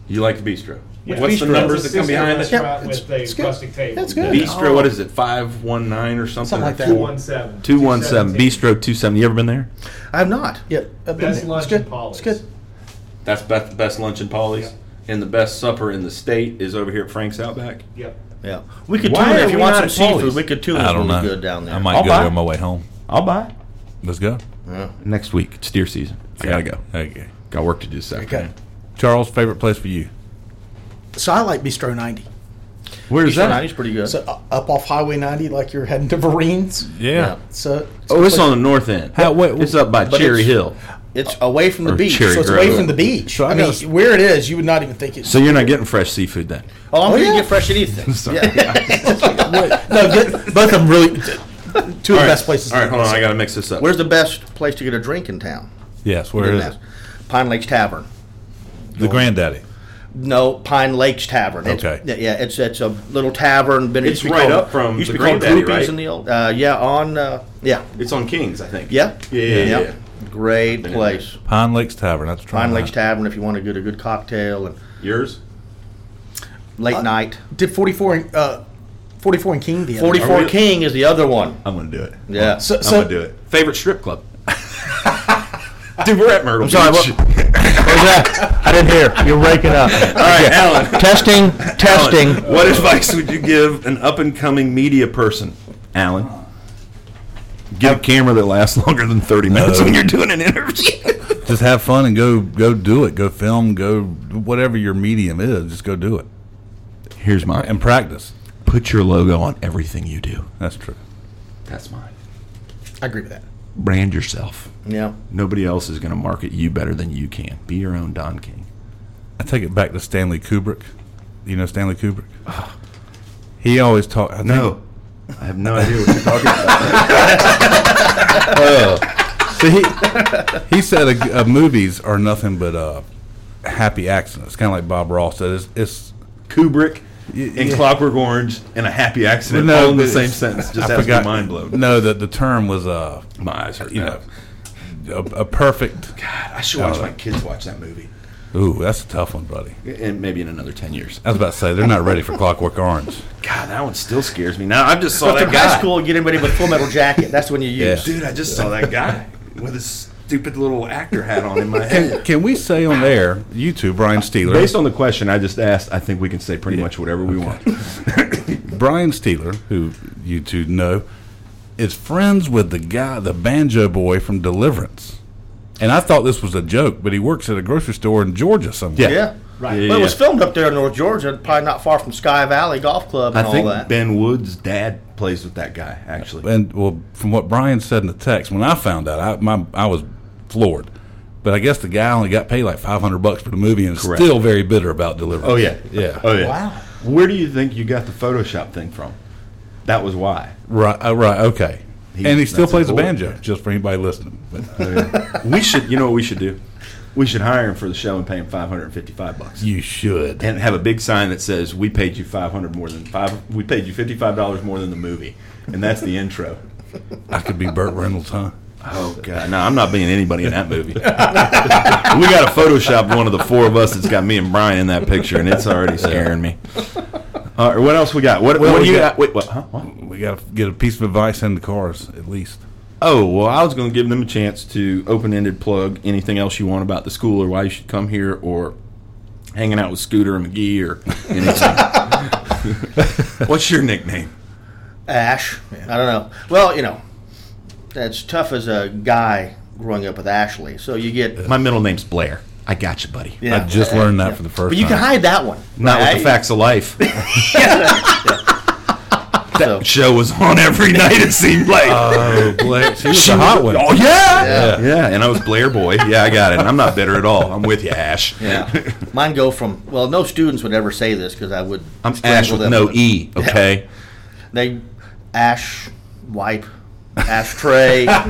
Speaker 3: You like the bistro?
Speaker 7: Yeah.
Speaker 3: What's the
Speaker 7: Bistro.
Speaker 3: numbers that
Speaker 7: It's a
Speaker 3: come
Speaker 7: sister
Speaker 3: behind it?
Speaker 7: restaurant
Speaker 4: it's-
Speaker 7: With the
Speaker 4: it's good.
Speaker 7: rustic table.
Speaker 4: That's good.
Speaker 3: Bistro, what is it? Five one nine or something?
Speaker 4: Something like that.
Speaker 7: Two one seven.
Speaker 3: Two one seven. Bistro two seven. You ever been there?
Speaker 6: I have not.
Speaker 4: Yeah, I've been
Speaker 7: Best
Speaker 4: there.
Speaker 7: lunch
Speaker 4: it's good.
Speaker 7: in Polly's.
Speaker 4: It's good.
Speaker 3: That's best, the best lunch in Polly's, and the best supper in the state is over here at Frank's Outback.
Speaker 7: Yep.
Speaker 6: Yeah, we could
Speaker 3: Why
Speaker 6: tune
Speaker 3: are
Speaker 6: in if you
Speaker 3: we
Speaker 6: want
Speaker 3: not
Speaker 6: some
Speaker 3: at
Speaker 6: seafood.
Speaker 3: Polly's?
Speaker 6: We could tune
Speaker 5: I
Speaker 6: in.
Speaker 5: don't
Speaker 6: Really
Speaker 5: know.
Speaker 6: good down there.
Speaker 5: I might
Speaker 3: I'll
Speaker 5: go
Speaker 3: buy
Speaker 5: there
Speaker 3: it.
Speaker 5: on my way home.
Speaker 3: I'll buy
Speaker 5: Let's go.
Speaker 3: next week. It's deer season. I gotta go.
Speaker 5: Okay.
Speaker 3: Got work to do this
Speaker 4: Okay.
Speaker 3: afternoon.
Speaker 5: Charles, favorite place for you?
Speaker 4: So I like Bistro 90.
Speaker 3: Where is
Speaker 6: Eastern
Speaker 3: that?
Speaker 6: Ninety's pretty good.
Speaker 4: So uh, up off Highway 90, like you're heading to Vereen's.
Speaker 5: Yeah.
Speaker 4: So
Speaker 3: Oh, it's on the north end.
Speaker 5: How- wait,
Speaker 3: it's up by
Speaker 6: but
Speaker 3: Cherry
Speaker 6: it's-
Speaker 3: Hill.
Speaker 6: it's away from the
Speaker 3: Or
Speaker 6: beach.
Speaker 3: Cherry
Speaker 4: so it's
Speaker 3: Grove.
Speaker 4: away from the beach.
Speaker 5: So I
Speaker 4: I, mean,
Speaker 5: gotta-
Speaker 4: where it is, you would not even think it's.
Speaker 3: So you're not getting fresh seafood then?
Speaker 6: oh, I'm
Speaker 4: Oh,
Speaker 6: going
Speaker 4: yeah.
Speaker 6: to get fresh at anything.
Speaker 3: Sorry.
Speaker 4: no, the- both of them really. Two of the best places.
Speaker 3: All right, hold on. I gotta mix this up.
Speaker 6: Where's the best place to get a drink in town?
Speaker 5: Yes. Where is
Speaker 6: Yes.
Speaker 5: it?
Speaker 6: Pine Lakes Tavern.
Speaker 5: The Granddaddy.
Speaker 6: No, Pine Lakes Tavern. It's-
Speaker 5: Okay.
Speaker 6: yeah, yeah, it's it's a little tavern. Been, it
Speaker 3: It's
Speaker 6: used to be
Speaker 3: right
Speaker 6: called-
Speaker 3: up from
Speaker 6: used to
Speaker 3: the
Speaker 6: be called
Speaker 3: Granddaddy,
Speaker 6: Groupies
Speaker 3: right?
Speaker 6: in the old. Uh, yeah, on uh, yeah,
Speaker 3: it's on Kings, I think.
Speaker 6: yeah,
Speaker 3: Yeah. Yeah. yeah.
Speaker 6: Great
Speaker 3: in
Speaker 6: place,
Speaker 5: Pine Lakes Tavern. That's trying.
Speaker 6: Pine Lakes Tavern. If you want to get a good cocktail and
Speaker 3: Yours? Uh,
Speaker 6: late night.
Speaker 4: Did 44 and, uh, 44 and King the other
Speaker 6: Forty
Speaker 4: day.
Speaker 6: Four
Speaker 3: we-
Speaker 6: King is the other one.
Speaker 3: I'm gonna do it.
Speaker 6: Yeah.
Speaker 4: So, so
Speaker 3: it. Favorite strip club? Dude, we're at Myrtle. I'm
Speaker 6: sorry,
Speaker 3: Beach.
Speaker 6: I didn't hear. You're raking up.
Speaker 3: All right, Alan.
Speaker 6: testing, testing.
Speaker 3: Alan, what advice would you give an up and coming media person, Alan? Get a camera that lasts longer than thirty minutes when you're doing an interview.
Speaker 5: Just have fun and go. Go do it. Go film. Go whatever your medium is. Just go do it
Speaker 3: Here's mine.
Speaker 5: and practice.
Speaker 3: Put your logo on everything you do.
Speaker 5: That's true.
Speaker 3: That's mine.
Speaker 4: I agree with that.
Speaker 3: Brand yourself.
Speaker 6: Yeah.
Speaker 3: Nobody else is going to market you better than you can. Be your own Don King.
Speaker 5: I take it back to Stanley Kubrick. You know Stanley Kubrick. He always talk. I think-
Speaker 3: I have no idea what you're talking about.
Speaker 5: See, he, he said a, uh movies are nothing but uh, happy accidents. Kind of like Bob Ross said. It's, it's
Speaker 3: Kubrick and
Speaker 5: yeah.
Speaker 3: Clockwork Orange and a happy accident
Speaker 5: No,
Speaker 3: all in the
Speaker 5: but
Speaker 3: same
Speaker 5: it's-
Speaker 3: sentence. Just
Speaker 5: I
Speaker 3: has
Speaker 5: forgot.
Speaker 3: me mind blown.
Speaker 5: No, the the term was uh,
Speaker 3: My eyes hurt.
Speaker 5: you
Speaker 3: now.
Speaker 5: know, a, a perfect.
Speaker 3: God, I should watch my kids watch that movie,
Speaker 5: Ooh, that's a tough one, buddy.
Speaker 3: and maybe in another ten years.
Speaker 5: I was about to say they're not ready for Clockwork Orange.
Speaker 3: God, that one still scares me. Now I just saw
Speaker 6: But
Speaker 3: Oh, that
Speaker 6: in
Speaker 3: guy.
Speaker 6: high school, you get anybody with Full Metal Jacket. That's when you use.
Speaker 3: Dude, I just saw that guy with his stupid little actor hat on in my head.
Speaker 5: Can we say on air, you two, Brian Steeler,
Speaker 3: Based on the question I just asked, I think we can say pretty much whatever we want.
Speaker 5: Brian Steeler, who you two know, is friends with the guy, the banjo boy from Deliverance. And I thought this was a joke, but he works at a grocery store in Georgia somewhere.
Speaker 6: Yeah. Right.
Speaker 3: Yeah,
Speaker 6: but it
Speaker 3: yeah.
Speaker 6: was filmed up there in North Georgia, probably not far from Sky Valley Golf Club and
Speaker 3: I
Speaker 6: all
Speaker 3: think
Speaker 6: that.
Speaker 3: Ben Wood's dad plays with that guy, actually.
Speaker 5: and well, from what Brian said in the text, when I found out, I my, I was floored. But I guess the guy only got paid like five hundred bucks for the movie, and is
Speaker 3: Correct.
Speaker 5: still very bitter about Deliverance.
Speaker 3: Oh yeah,
Speaker 5: yeah,
Speaker 3: Oh yeah.
Speaker 6: Wow.
Speaker 3: Where do you think you got the Photoshop thing from? That was why.
Speaker 5: right, uh, right, okay.
Speaker 3: He-
Speaker 5: and he still
Speaker 3: that's Oh,
Speaker 5: plays the
Speaker 3: important.
Speaker 5: banjo, just for anybody listening. But
Speaker 3: we should. You know what we should do? We should hire him for the show and pay him five hundred and fifty-five bucks,
Speaker 5: you should.
Speaker 3: and have a big sign that says, "We paid you five hundred more than five. We paid you fifty-five dollars more than the movie," and that's the intro.
Speaker 5: I could be Burt Reynolds, huh?
Speaker 3: Oh god, no! I'm not being anybody in that movie. we got to Photoshop one of the four of us that's got me and Brian in that picture, and it's already scaring me. All right, what else we got? What, what do
Speaker 5: we
Speaker 3: you
Speaker 5: got-
Speaker 3: got? Wait, what, huh? What?
Speaker 5: We got to get a piece of advice in the cars, at least.
Speaker 3: Oh, well, I was going to give them a chance to open ended plug anything else you want about the school or why you should come here or hanging out with Scooter and McGee or anything. What's your nickname?
Speaker 6: Ash. I don't know. Well, you know, that's tough as a guy growing up with Ashley. So you get.
Speaker 3: My middle name's Blair. I got you, buddy.
Speaker 6: yeah.
Speaker 5: I just learned that for the first
Speaker 6: But you
Speaker 5: time.
Speaker 6: can hide that one.
Speaker 3: Not with
Speaker 6: right?
Speaker 3: the facts of life.
Speaker 6: So,
Speaker 3: Show was on every night, it seemed like.
Speaker 5: Oh, Blake, she was a hot one.
Speaker 3: Oh, yeah.
Speaker 6: Yeah.
Speaker 3: yeah. and I was Blair Boy. Yeah, I got it. I'm not bitter at all. I'm with you, Ash.
Speaker 6: yeah. Mine go from. Well, no students would ever say this because I would.
Speaker 3: I'm Ash
Speaker 6: strangle
Speaker 3: with
Speaker 6: them
Speaker 3: no E, okay?
Speaker 6: They ash wipe, ashtray, ash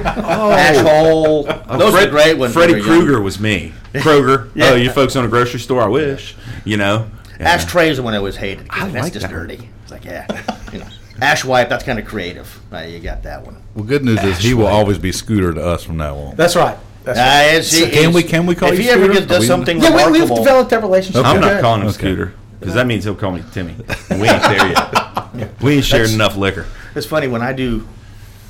Speaker 3: Oh.
Speaker 6: hole. Those
Speaker 3: Uh, Fred-
Speaker 6: are great ones. when
Speaker 3: Freddy
Speaker 6: we were young.
Speaker 3: Krueger was me. Kroger.
Speaker 6: Yeah.
Speaker 3: Oh, you folks own a grocery store? I wish. You know? Yeah.
Speaker 6: Ashtray is the one I always hated. 'cause
Speaker 3: I
Speaker 6: that's
Speaker 3: like
Speaker 6: just
Speaker 3: that.
Speaker 6: dirty. It's like yeah, you know, ash wipe. That's kind of creative. Right, you got that one.
Speaker 5: Well, good news is he will always be Scooter to us from now on.
Speaker 4: That's right. That's right.
Speaker 6: Uh, it's-
Speaker 5: So can
Speaker 6: it's-
Speaker 5: we- can we call
Speaker 6: if
Speaker 5: you
Speaker 6: he ever
Speaker 5: Scooter?
Speaker 6: gets,
Speaker 5: Are we-
Speaker 6: does something
Speaker 4: Yeah, we,
Speaker 6: remarkable?
Speaker 4: we've developed that relationship.
Speaker 3: I'm
Speaker 4: Okay.
Speaker 3: not calling him
Speaker 5: Okay.
Speaker 3: Scooter because that means he'll call me Timmy. And we ain't there yet. We ain't shared enough liquor.
Speaker 6: It's funny when I do,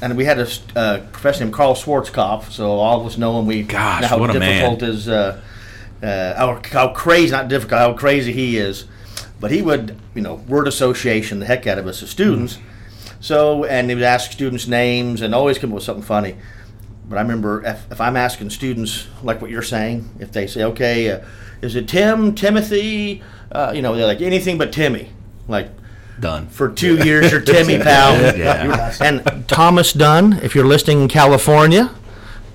Speaker 6: and we had a uh, professor named Carl Schwarzkopf, so all of us know him. We
Speaker 3: Gosh,
Speaker 6: know how
Speaker 3: what a man.
Speaker 6: difficult his, uh, uh, how, how crazy, not difficult, how crazy he is. But he would, you know, word association the heck out of us as students.
Speaker 3: Mm-hmm.
Speaker 6: So, and he would ask students names and always come up with something funny. But I remember if, if I'm asking students like what you're saying, if they say, okay, uh, is it Tim, Timothy, uh, you know, they're like anything but Timmy, like
Speaker 3: Done.
Speaker 6: for two years. You're Timmy Powell.
Speaker 3: Yeah.
Speaker 6: And Thomas Dunn, if you're listening in California,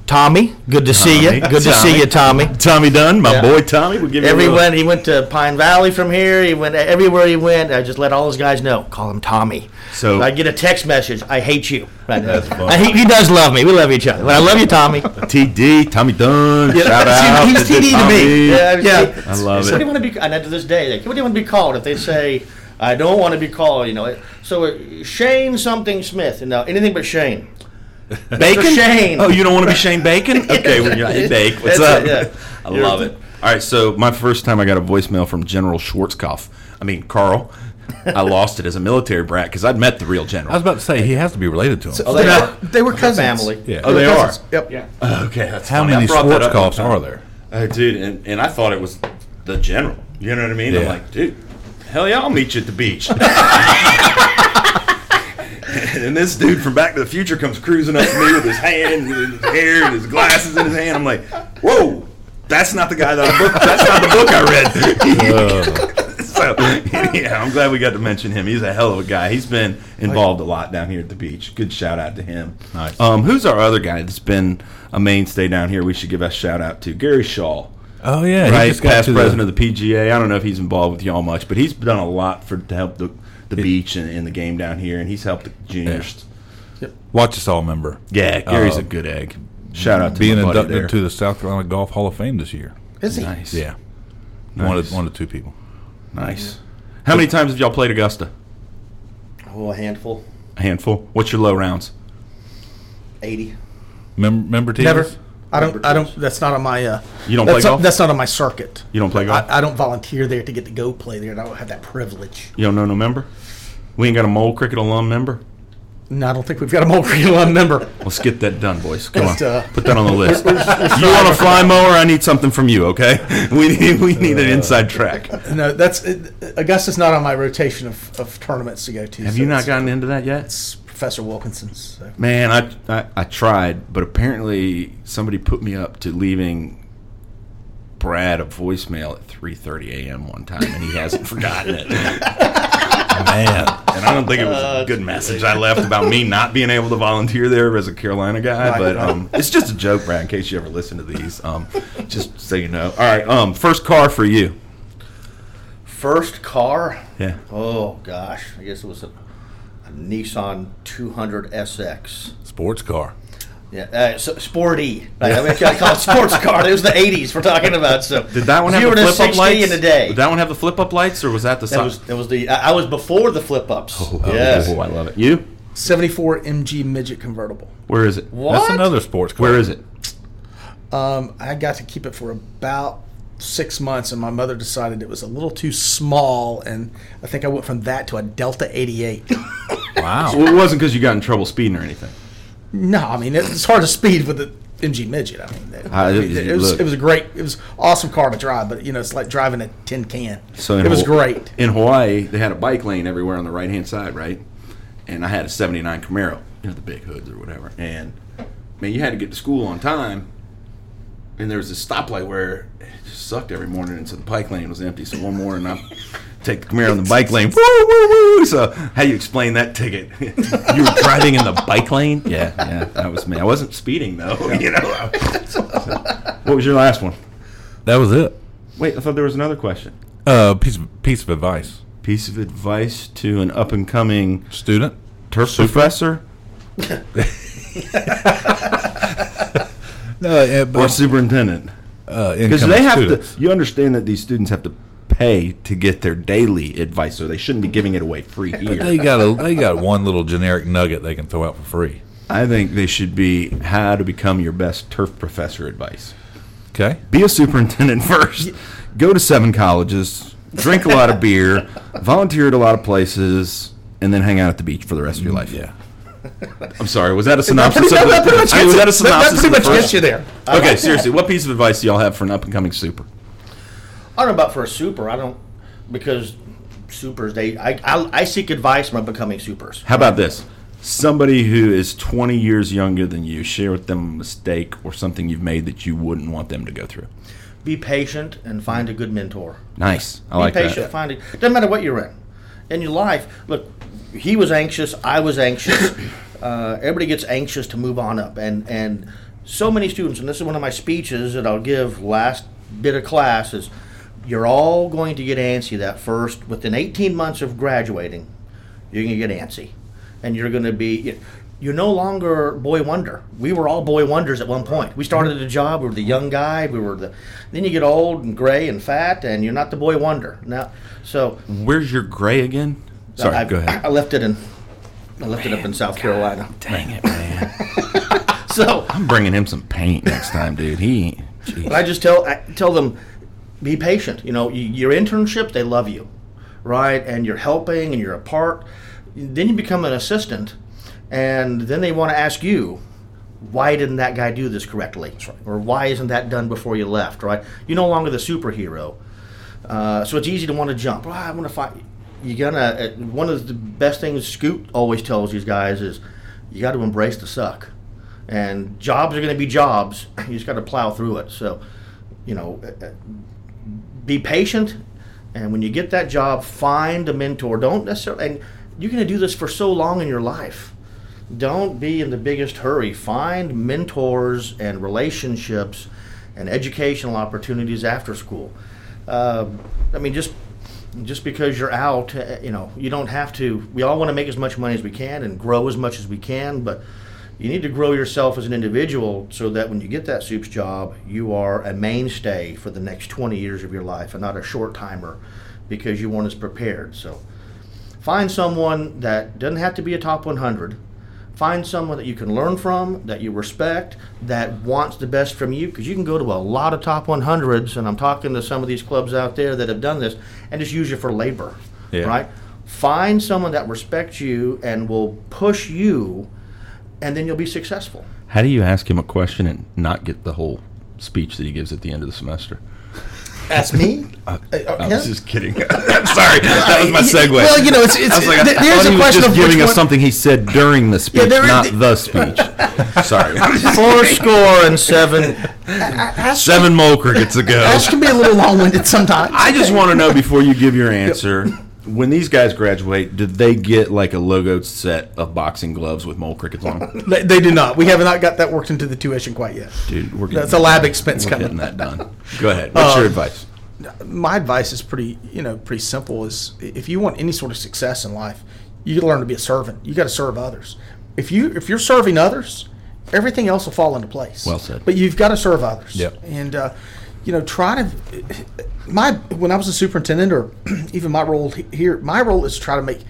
Speaker 6: Tommy, good to see you.
Speaker 3: Tommy.
Speaker 6: Good to see you, Tommy.
Speaker 3: Tommy Dunn, my
Speaker 6: Yeah.
Speaker 3: boy Tommy, would give you a little-
Speaker 6: Everyone, he went to Pine Valley from here. He went everywhere he went. I just let all those guys know. Call him Tommy.
Speaker 3: So-
Speaker 6: I get a text message. I hate you. Right.
Speaker 5: That's funny.
Speaker 6: I hate, he does love me. We love each other. But I love you, Tommy.
Speaker 3: TD, Tommy Dunn.
Speaker 6: Yeah,
Speaker 3: shout
Speaker 6: that's-
Speaker 3: out.
Speaker 6: he was TD to me.
Speaker 3: Tommy.
Speaker 6: Yeah, yeah.
Speaker 3: I love
Speaker 6: so
Speaker 3: it.
Speaker 6: What do you want to be? And to this day, like, what do you want to be called? If they say, "I don't want to be called," you know, it- so uh, Shane something Smith, and no, anything but Shane. Bacon Shane.
Speaker 3: Oh, you don't want to be Shane Bacon? Okay, well, you're, hey, Bake, what's up?
Speaker 6: That's it, yeah.
Speaker 3: I love it. All right, so my first time I got a voicemail from General Schwarzkopf. I mean, Carl. I lost it as a military brat because I'd met the real
Speaker 5: I was
Speaker 3: general.
Speaker 5: about to say he has to be related to him.
Speaker 4: They, were, they were cousins.
Speaker 6: family.
Speaker 5: yeah.
Speaker 3: Oh, they
Speaker 4: were
Speaker 3: are.
Speaker 4: cousins. Yep.
Speaker 7: Yeah.
Speaker 3: Okay, that's
Speaker 5: How
Speaker 3: fine. I
Speaker 5: many
Speaker 3: brought that up one
Speaker 5: Schwarzkopfs
Speaker 3: time.
Speaker 5: are there?
Speaker 3: Uh, dude, and, and I thought it was the general. You know what I mean? I'm
Speaker 5: Yeah.
Speaker 3: like, dude, hell yeah, I'll meet you at the beach. and this dude from Back to the Future comes cruising up to me with his hand, with his hair, and his glasses in his hand. I'm like, whoa, that's not the guy that I book. That's not the book I read. so yeah, I'm glad we got to mention him. He's a hell of a guy. He's been involved a lot down here at the beach. Good shout out to him.
Speaker 5: Nice.
Speaker 3: Um, who's our other guy that's been a mainstay down here? We should give a shout out to Gary Shaw,
Speaker 5: Oh yeah, he
Speaker 3: right?
Speaker 5: just got
Speaker 3: Past
Speaker 5: to the-
Speaker 3: president of the PGA. I don't know if he's involved with y'all much, but he's done a lot for to help the the beach and, and the game down here, and he's helped the juniors.
Speaker 5: Watch us all member.
Speaker 3: Yeah, Gary's
Speaker 5: Uh,
Speaker 3: a good egg. Shout out to
Speaker 5: being
Speaker 3: my buddy
Speaker 5: inducted
Speaker 3: there.
Speaker 5: to the South Carolina Golf Hall of Fame this year.
Speaker 4: Is he?
Speaker 3: nice.
Speaker 5: Yeah, one
Speaker 3: Nice.
Speaker 5: of one of two people.
Speaker 3: nice. How many times have y'all played Augusta?
Speaker 6: Oh, a handful.
Speaker 3: A handful. What's your low rounds?
Speaker 6: Eighty.
Speaker 5: Mem- member teams.
Speaker 4: Never. I don't. I don't. That's not on my. Uh,
Speaker 3: You don't
Speaker 4: that's
Speaker 3: play
Speaker 4: not-
Speaker 3: golf?
Speaker 4: That's not on my circuit.
Speaker 3: You don't play golf?
Speaker 4: I, I don't volunteer there to get to go play there. and I don't have that privilege.
Speaker 3: You don't know no member? We ain't got a mole cricket alum member?
Speaker 4: No, I don't think we've got a Mulberry alum member.
Speaker 3: Let's get that done, boys. Come on.
Speaker 4: Just, uh,
Speaker 3: Put that on the list. you want a fly mower? I need something from you, okay? We need, we need an inside track.
Speaker 4: No, that's it, Augusta's not on my rotation of, of tournaments to go to.
Speaker 3: Have
Speaker 4: so
Speaker 3: you not
Speaker 4: it's-
Speaker 3: gotten into that yet?
Speaker 4: It's Professor Wilkinson's. So.
Speaker 9: Man, I, I I tried, but apparently somebody put me up to leaving Brad a voicemail at 3:30 a.m. one time, and he hasn't forgotten it. And
Speaker 5: Man,
Speaker 3: I don't think it was a good message I left about me not being able to volunteer there as a Carolina guy,
Speaker 4: Right,
Speaker 3: but
Speaker 4: right.
Speaker 3: um, it's just a joke, Brad. In case you ever listen to these, um, just so you know. All right, um, first car for you.
Speaker 6: First car?
Speaker 3: Yeah.
Speaker 6: Oh gosh, I guess it was a, a Nissan 200 SX.
Speaker 5: sports car.
Speaker 6: Yeah, uh, so, sporty. Like, I mean, I call it sports car. It was the 80s we're talking about. So
Speaker 3: Did that one have
Speaker 6: zero
Speaker 3: the
Speaker 6: to
Speaker 3: flip up
Speaker 6: 60
Speaker 3: lights?
Speaker 6: in a day?
Speaker 3: Did that one have the flip up lights, or was that the
Speaker 6: That was that was the I, I was before the flip ups. yes.
Speaker 3: Oh, I love it. You?
Speaker 4: 74 MG midget convertible.
Speaker 3: Where is it?
Speaker 5: That's
Speaker 6: What?
Speaker 5: another sports car.
Speaker 3: Where is it?
Speaker 4: Um, I got to keep it for about six months, and my mother decided it was a little too small, and I think I went from that to a Delta 88.
Speaker 9: Oh.
Speaker 5: Wow.
Speaker 3: Well, it wasn't because you got in trouble speeding or anything.
Speaker 4: no, I mean it's hard to speed with the MG midget. I mean, that-
Speaker 3: Ah,
Speaker 4: I mean,
Speaker 3: it-
Speaker 4: it, was
Speaker 3: look.
Speaker 4: it was a great, it was awesome car to drive, but you know it's like driving a tin can.
Speaker 3: So in
Speaker 4: it was
Speaker 3: Haw-
Speaker 4: great.
Speaker 9: In Hawaii, they had a bike lane everywhere on the right hand side, right? And I had a 79 Camaro, you know, the big hoods or whatever. And man, you had to get to school on time. And there was this stoplight where it just sucked every morning, and so the bike lane was empty. So one morning, I take the Camaro in the bike lane. Woo, woo, woo. So how you explain that ticket?
Speaker 3: You were driving in the bike lane? Yeah, yeah, that was me. I wasn't speeding though. You know. what was your last one?
Speaker 5: That was it.
Speaker 3: Wait, I thought there was another question.
Speaker 5: Uh, piece of, piece of advice.
Speaker 3: Piece of advice to an up and coming
Speaker 5: Student.
Speaker 3: turf professor
Speaker 5: No, uh,
Speaker 3: or
Speaker 5: but,
Speaker 3: superintendent?
Speaker 5: uh,
Speaker 3: Because
Speaker 5: incoming
Speaker 3: they have
Speaker 5: students.
Speaker 3: to. You understand that these students have to pay to get their daily advice, so they shouldn't be giving it away free here.
Speaker 5: They got a they got one little generic nugget they can throw out for free.
Speaker 3: I think they should be how to become your best turf professor advice.
Speaker 5: Okay.
Speaker 3: Be a superintendent first. Go to seven colleges. Drink a lot of beer. Volunteer at a lot of places. And then hang out at the beach for the rest of your life.
Speaker 5: Yeah.
Speaker 3: I'm sorry. Was that a synopsis?
Speaker 4: that-
Speaker 3: of the,
Speaker 4: that pretty much
Speaker 3: I mean,
Speaker 4: gets
Speaker 3: was that a
Speaker 4: it. That- that
Speaker 3: synopsis?
Speaker 4: pretty
Speaker 3: of the
Speaker 4: much
Speaker 3: first-
Speaker 4: gets you there.
Speaker 3: Okay, seriously. What piece of advice do y'all have for an up and coming super?
Speaker 6: I don't know about for a super. I don't because supers they I I, I seek advice from becoming supers.
Speaker 3: How about this? Somebody who is 20 years younger than you, share with them a mistake or something you've made that you wouldn't want them to go through.
Speaker 6: Be patient and find a good mentor.
Speaker 3: Nice. I
Speaker 6: Be
Speaker 3: like
Speaker 6: patient.
Speaker 3: that.
Speaker 6: Find it. Doesn't matter what you're in. In your life, look, he was anxious. I was anxious. uh, everybody gets anxious to move on up, and and so many students. And this is one of my speeches that I'll give last bit of class is, you're all going to get antsy that first within 18 months of graduating, you're going to get antsy, and you're going to be. You're no longer boy wonder. We were all boy wonders at one point. We started at a job. We were the young guy. We were the. Then you get old and gray and fat, and you're not the boy wonder now. So
Speaker 3: Where's your gray again? Sorry,
Speaker 6: I,
Speaker 3: go ahead.
Speaker 6: I left it in. I left it up in South Carolina.
Speaker 3: Dang it, man.
Speaker 6: So
Speaker 3: I'm bringing him some paint next time, dude. He ain't.
Speaker 6: but I just tell I tell them, be patient. You know, y- your internship, they love you, right? And you're helping, and you're a part. Then you become an assistant, and then they want to ask you, why didn't that guy do this correctly, or why isn't that done before you left, right? You're no longer the superhero. Uh, so it's easy to want to jump. "Well, I want to fight. You're gonna. uh, One of the best things Scoot always tells these guys is, you got to embrace the suck, and jobs are going to be jobs. You just got to plow through it. So, you know, uh, uh, be patient, and when you get that job, find a mentor. Don't necessarily. And you're going to do this for so long in your life. Don't be in the biggest hurry. Find mentors and relationships and educational opportunities after school uh, I mean, just just because you're out, uh, you know, you don't have to. We all want to make as much money as we can and grow as much as we can, but you need to grow yourself as an individual so that when you get that soups job, you are a mainstay for the next 20 years of your life and not a short timer because you weren't as prepared. So find someone that doesn't have to be a top 100. Find someone that you can learn from, that you respect, that wants the best from you, because you can go to a lot of top 100s, and I'm talking to some of these clubs out there that have done this, and just use you for labor,
Speaker 5: Yeah.
Speaker 6: right? Find someone that respects you and will push you, and then you'll be successful.
Speaker 10: How do you ask him a question and not get the whole speech that he gives at the end of the semester?
Speaker 6: That's me. Uh, uh,
Speaker 10: I
Speaker 6: yeah.
Speaker 10: was just kidding. I'm sorry. That was my segue.
Speaker 4: Well, you know, it's,
Speaker 10: I
Speaker 4: it's
Speaker 10: was like, I
Speaker 4: th-
Speaker 10: thought
Speaker 4: there's
Speaker 3: he
Speaker 4: a
Speaker 3: was
Speaker 4: question
Speaker 3: just
Speaker 4: of
Speaker 3: giving
Speaker 4: which
Speaker 3: us
Speaker 4: one-
Speaker 3: something he said during the speech,
Speaker 6: there is
Speaker 3: not
Speaker 6: the-
Speaker 3: the speech. Sorry.
Speaker 6: Four score and seven.
Speaker 3: Seven mole crickets ago.
Speaker 4: Ash can be a little long-winded sometimes.
Speaker 11: I just want to know before you give your answer. When these guys graduate, do they get like a logoed set of boxing gloves with mole crickets on? 'em?
Speaker 4: They, they do not. We have not got that worked into the tuition quite yet.
Speaker 3: Dude, we're getting,
Speaker 4: That's a lab expense
Speaker 3: we're
Speaker 4: coming. Uh,
Speaker 3: getting that done.
Speaker 11: Go ahead. What's your advice?
Speaker 4: my advice is pretty you know pretty simple is if you want any sort of success in life you gotta learn to be a servant you got to serve others if you if you're serving others everything else will fall into place well
Speaker 10: said.
Speaker 4: but you've got to serve others
Speaker 5: Yep.
Speaker 4: and uh, you know try to my when i was a superintendent or even my role he- here my role is to try to make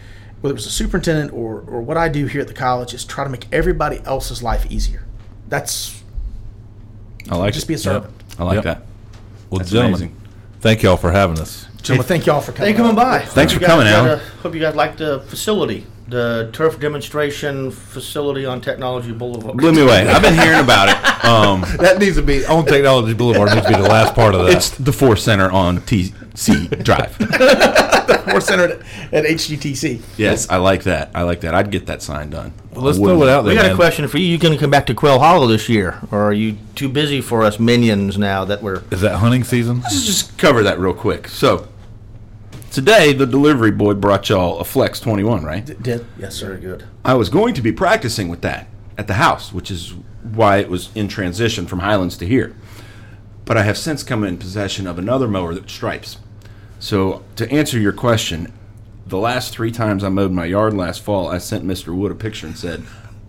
Speaker 4: whether it's a superintendent or, or what i do here at the college is try to make everybody else's life easier that's
Speaker 3: I like
Speaker 4: just
Speaker 3: it.
Speaker 4: be a servant
Speaker 3: I like
Speaker 5: Yep.
Speaker 3: that.
Speaker 5: Well, gentlemen, thank y'all for having us.
Speaker 4: gentlemen thank you all for coming
Speaker 6: Thank you for coming
Speaker 4: on.
Speaker 6: by.
Speaker 3: Thanks
Speaker 6: Hope
Speaker 3: for
Speaker 6: you guys
Speaker 3: coming,
Speaker 6: got
Speaker 3: Alan.
Speaker 6: a- Hope you guys like the facility, the turf demonstration facility on Technology Boulevard.
Speaker 3: Blew me away. I've been hearing about it. Um,
Speaker 5: That needs to be on Technology Boulevard. Needs to be the last part of that.
Speaker 3: it's the Force Center on TC Drive.
Speaker 4: we're centered at hgtc
Speaker 3: Yes, I like that. I like that. I'd get that sign done.
Speaker 5: Well, let's throw it out there.
Speaker 6: we got
Speaker 5: man.
Speaker 6: a question for you. You going to come back to Quail Hollow this year, or are you too busy for us minions now that we're?
Speaker 5: Is that hunting season?
Speaker 3: Let's just cover that real quick. So, today the delivery boy brought y'all a Flex 21, right?
Speaker 4: did yes sir
Speaker 6: Very good.
Speaker 3: I was going to be practicing with that at the house, which is why it was in transition from Highlands to here. But I have since come in possession of another mower that stripes. So, to answer your question, the last three times I mowed my yard last fall, I sent Mr. Wood a picture and said,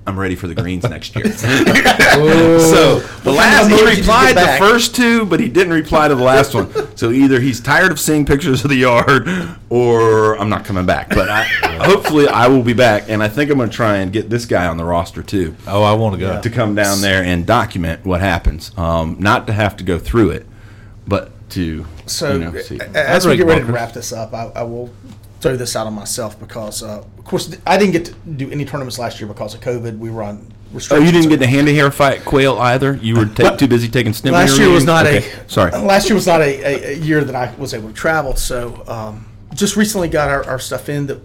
Speaker 3: I'm ready for the greens next year. so the last he
Speaker 6: mowers did you
Speaker 3: replied
Speaker 6: get
Speaker 3: the
Speaker 6: back?
Speaker 3: first two, but he didn't reply to the last one. So either he's tired of seeing pictures of the yard, or I'm not coming back. But I, hopefully, I will be back, and I think I'm going to try and get this guy on the roster too
Speaker 5: Oh, I want to go.
Speaker 3: to come down there and document what happens. Um, not to have to go through it, but to
Speaker 4: So, uh,
Speaker 3: you know,
Speaker 4: a-
Speaker 3: see.
Speaker 4: a- as we
Speaker 5: Rick
Speaker 4: get ready to
Speaker 5: Walker.
Speaker 4: wrap this up, I, I will throw this out on myself because, uh, of course, th- I didn't get to do any tournaments last year because of COVID. We were on
Speaker 3: Oh,
Speaker 4: restrictions.
Speaker 3: you didn't get the hand to hair fight quail either. You were ta- too busy taking stem.
Speaker 4: last year was not a
Speaker 3: sorry.
Speaker 4: Last year was not a, a, a year that I was able to travel. So, um, just recently got our, our stuff in. That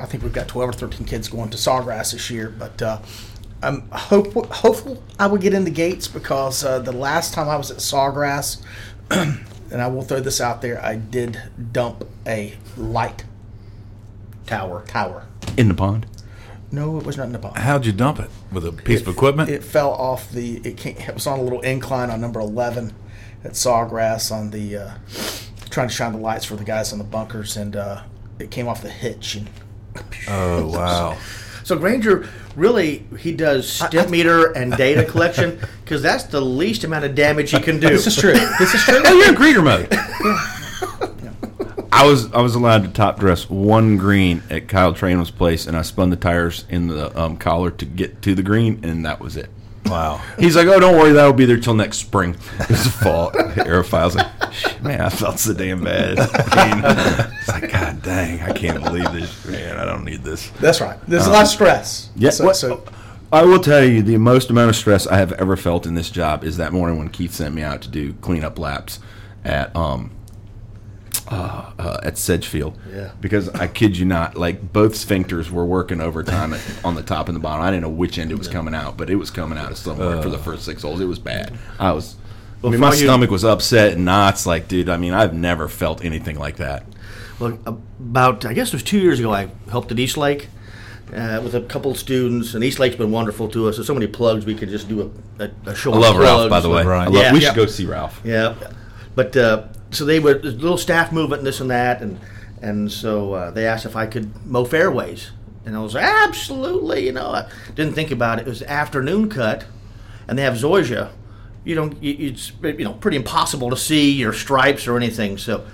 Speaker 4: I think we've got twelve or thirteen kids going to Sawgrass this year, but. Uh, I'm hope, hopeful I will get in the gates because uh, the last time I was at Sawgrass, and I will throw this out there, I did dump a light tower. Tower.
Speaker 3: in the pond.
Speaker 4: No, it was not in the box.
Speaker 5: How'd you dump it with a piece of equipment?
Speaker 4: It fell off the. It, came, it was on a little incline on number eleven at Sawgrass on the uh, trying to shine the lights for the guys on the bunkers, and uh, it came off the hitch. And
Speaker 5: oh wow!
Speaker 6: So Granger really he does step meter and data collection because that's the least amount of damage he can do.
Speaker 4: this is true. This is true.
Speaker 3: Oh, you're in greeter mode. I was I was allowed to top dress one green at Kyle Trainum's place, and I spun the tires in the um, collar to get to the green, and that was it.
Speaker 5: Wow!
Speaker 3: He's like, "Oh, don't worry, that'll be there till next spring." It was fall. Aerophile's like, "Shit, "Man, I felt so damn bad." I mean, it's like, "God dang, I can't believe this, man. I don't need this."
Speaker 4: That's right. There's a lot of stress.
Speaker 3: Yeah,
Speaker 4: So,
Speaker 3: what-
Speaker 4: so
Speaker 3: I will tell you the most amount of stress I have ever felt in this job is that morning when Keith sent me out to do cleanup laps at um uh, uh, at Sedgefield.
Speaker 6: Yeah.
Speaker 3: Because I kid you not, like both sphincters were working overtime at, on the top and the bottom. I didn't know which end it was coming out, but it was coming out of somewhere for the first six holes. It was bad. I was. I mean, my
Speaker 6: for you-
Speaker 3: stomach was upset and knots. Like, dude, I mean, I've never felt anything like that.
Speaker 6: Well, about I guess it was two years ago. I helped at Eastlake uh, with a couple of students, and Eastlake's been wonderful to us. There's so many plugs we could just do a, a, a short.
Speaker 3: I love Ralph,
Speaker 6: plugs.
Speaker 3: by the way. I
Speaker 5: Right.
Speaker 3: love-
Speaker 6: Yeah.
Speaker 3: we
Speaker 6: Yeah.
Speaker 3: should go see Ralph.
Speaker 6: Yeah, but uh, so they were there's a little staff movement and this and that, and and so uh, they asked if I could mow fairways, and I was like, absolutely. You know, I didn't think about it. It was afternoon cut, and they have zoysia. You don't. You, it's you know pretty impossible to see your stripes or anything. So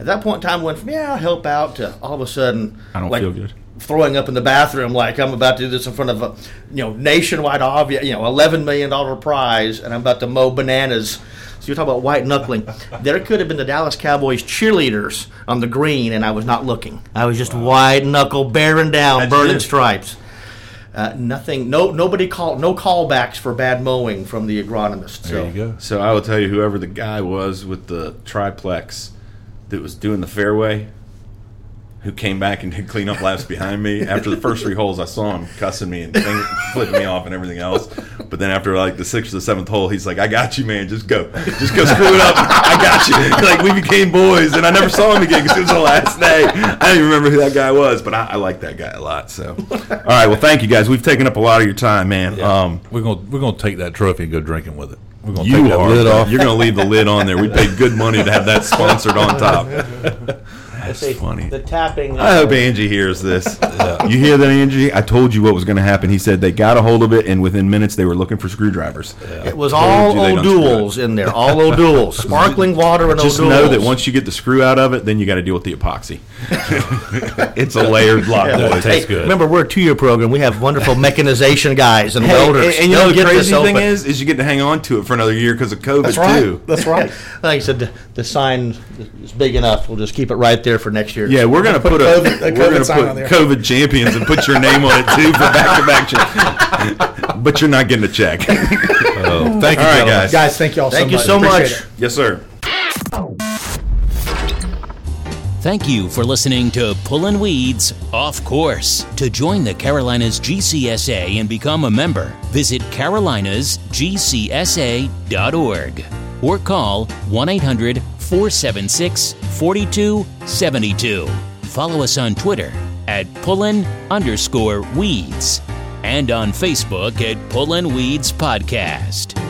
Speaker 6: at that point in time, I went from yeah I'll help out to all of a sudden
Speaker 3: I don't
Speaker 6: like,
Speaker 3: feel good.
Speaker 6: throwing up in the bathroom like I'm about to do this in front of a you know nationwide obvious you know eleven million dollar prize and I'm about to mow bananas. So you talk about white knuckling. There could have been the Dallas Cowboys cheerleaders on the green, and I was not looking. I was just white knuckle bearing down,
Speaker 8: That's
Speaker 6: burning
Speaker 8: it.
Speaker 6: stripes. Uh, nothing. No. Nobody called. No callbacks for bad mowing from the agronomist. So
Speaker 5: There you go.
Speaker 3: So I will tell you, whoever the guy was with the triplex that was doing the fairway, who came back and did clean up laps behind me after the first three holes, I saw him cussing me and thing, flipping me off and everything else. But then after like the sixth or the seventh hole, he's like, "I got you, man. Just go, just go screw it up. I got you." Like we became boys, and I never saw him again because it was the last day. I don't even remember who that guy was, but I, I like that guy a lot. So, all right, well, thank you guys. We've taken up a lot of your time, man. Um,
Speaker 5: We're gonna we're gonna take that trophy and go drinking with it. We're gonna take
Speaker 3: you
Speaker 5: that
Speaker 3: are.
Speaker 5: lid off.
Speaker 3: You're going to leave the lid on there. We paid good money to have that sponsored on top.
Speaker 6: that's
Speaker 3: funny.
Speaker 6: The tapping.
Speaker 3: I hope Angie hears this. You hear that, Angie? I told you what was going to happen. He said they got a hold of it, and within minutes they were looking for screwdrivers.
Speaker 6: It was all
Speaker 3: you they don't
Speaker 6: O'Douls in there. All O'Douls. Sparkling water and
Speaker 3: Just
Speaker 6: O'Douls.
Speaker 3: know that once you get the screw out of it, then you got to deal with the epoxy. it's a layered block.
Speaker 5: Yeah, it
Speaker 3: boys.
Speaker 5: tastes good.
Speaker 6: Remember, we're a two-year program. We have wonderful mechanization guys and welders.
Speaker 3: and, and you
Speaker 6: They'll
Speaker 3: know the
Speaker 6: get this
Speaker 3: crazy thing
Speaker 6: open.
Speaker 3: is, is you get to hang on to it for another year because of COVID
Speaker 4: That's right.
Speaker 3: too.
Speaker 4: That's right.
Speaker 6: like I said, the, the sign is big enough. We'll just keep it right there for next year.
Speaker 3: Yeah, we're gonna put, a,
Speaker 4: COVID
Speaker 3: we're
Speaker 4: a
Speaker 3: gonna
Speaker 4: COVID sign
Speaker 3: put
Speaker 4: on there.
Speaker 3: COVID champions and put your name on it too for back to back. But you're not getting a check.
Speaker 5: Oh, thank you,
Speaker 3: All right,
Speaker 5: gentlemen.
Speaker 3: guys.
Speaker 4: Guys, thank you all
Speaker 6: Thank
Speaker 4: so
Speaker 6: you
Speaker 4: much.
Speaker 6: so
Speaker 4: Appreciate
Speaker 6: much.
Speaker 4: it.
Speaker 3: Yes, sir.
Speaker 2: Thank you for listening to Pullin' Weeds Off Course. To join the Carolinas GCSA and become a member, visit carolinasgcsa.org or call 1 800 476 4272. Follow us on Twitter at pullin underscore weeds and on Facebook at Pullin' Weeds Podcast.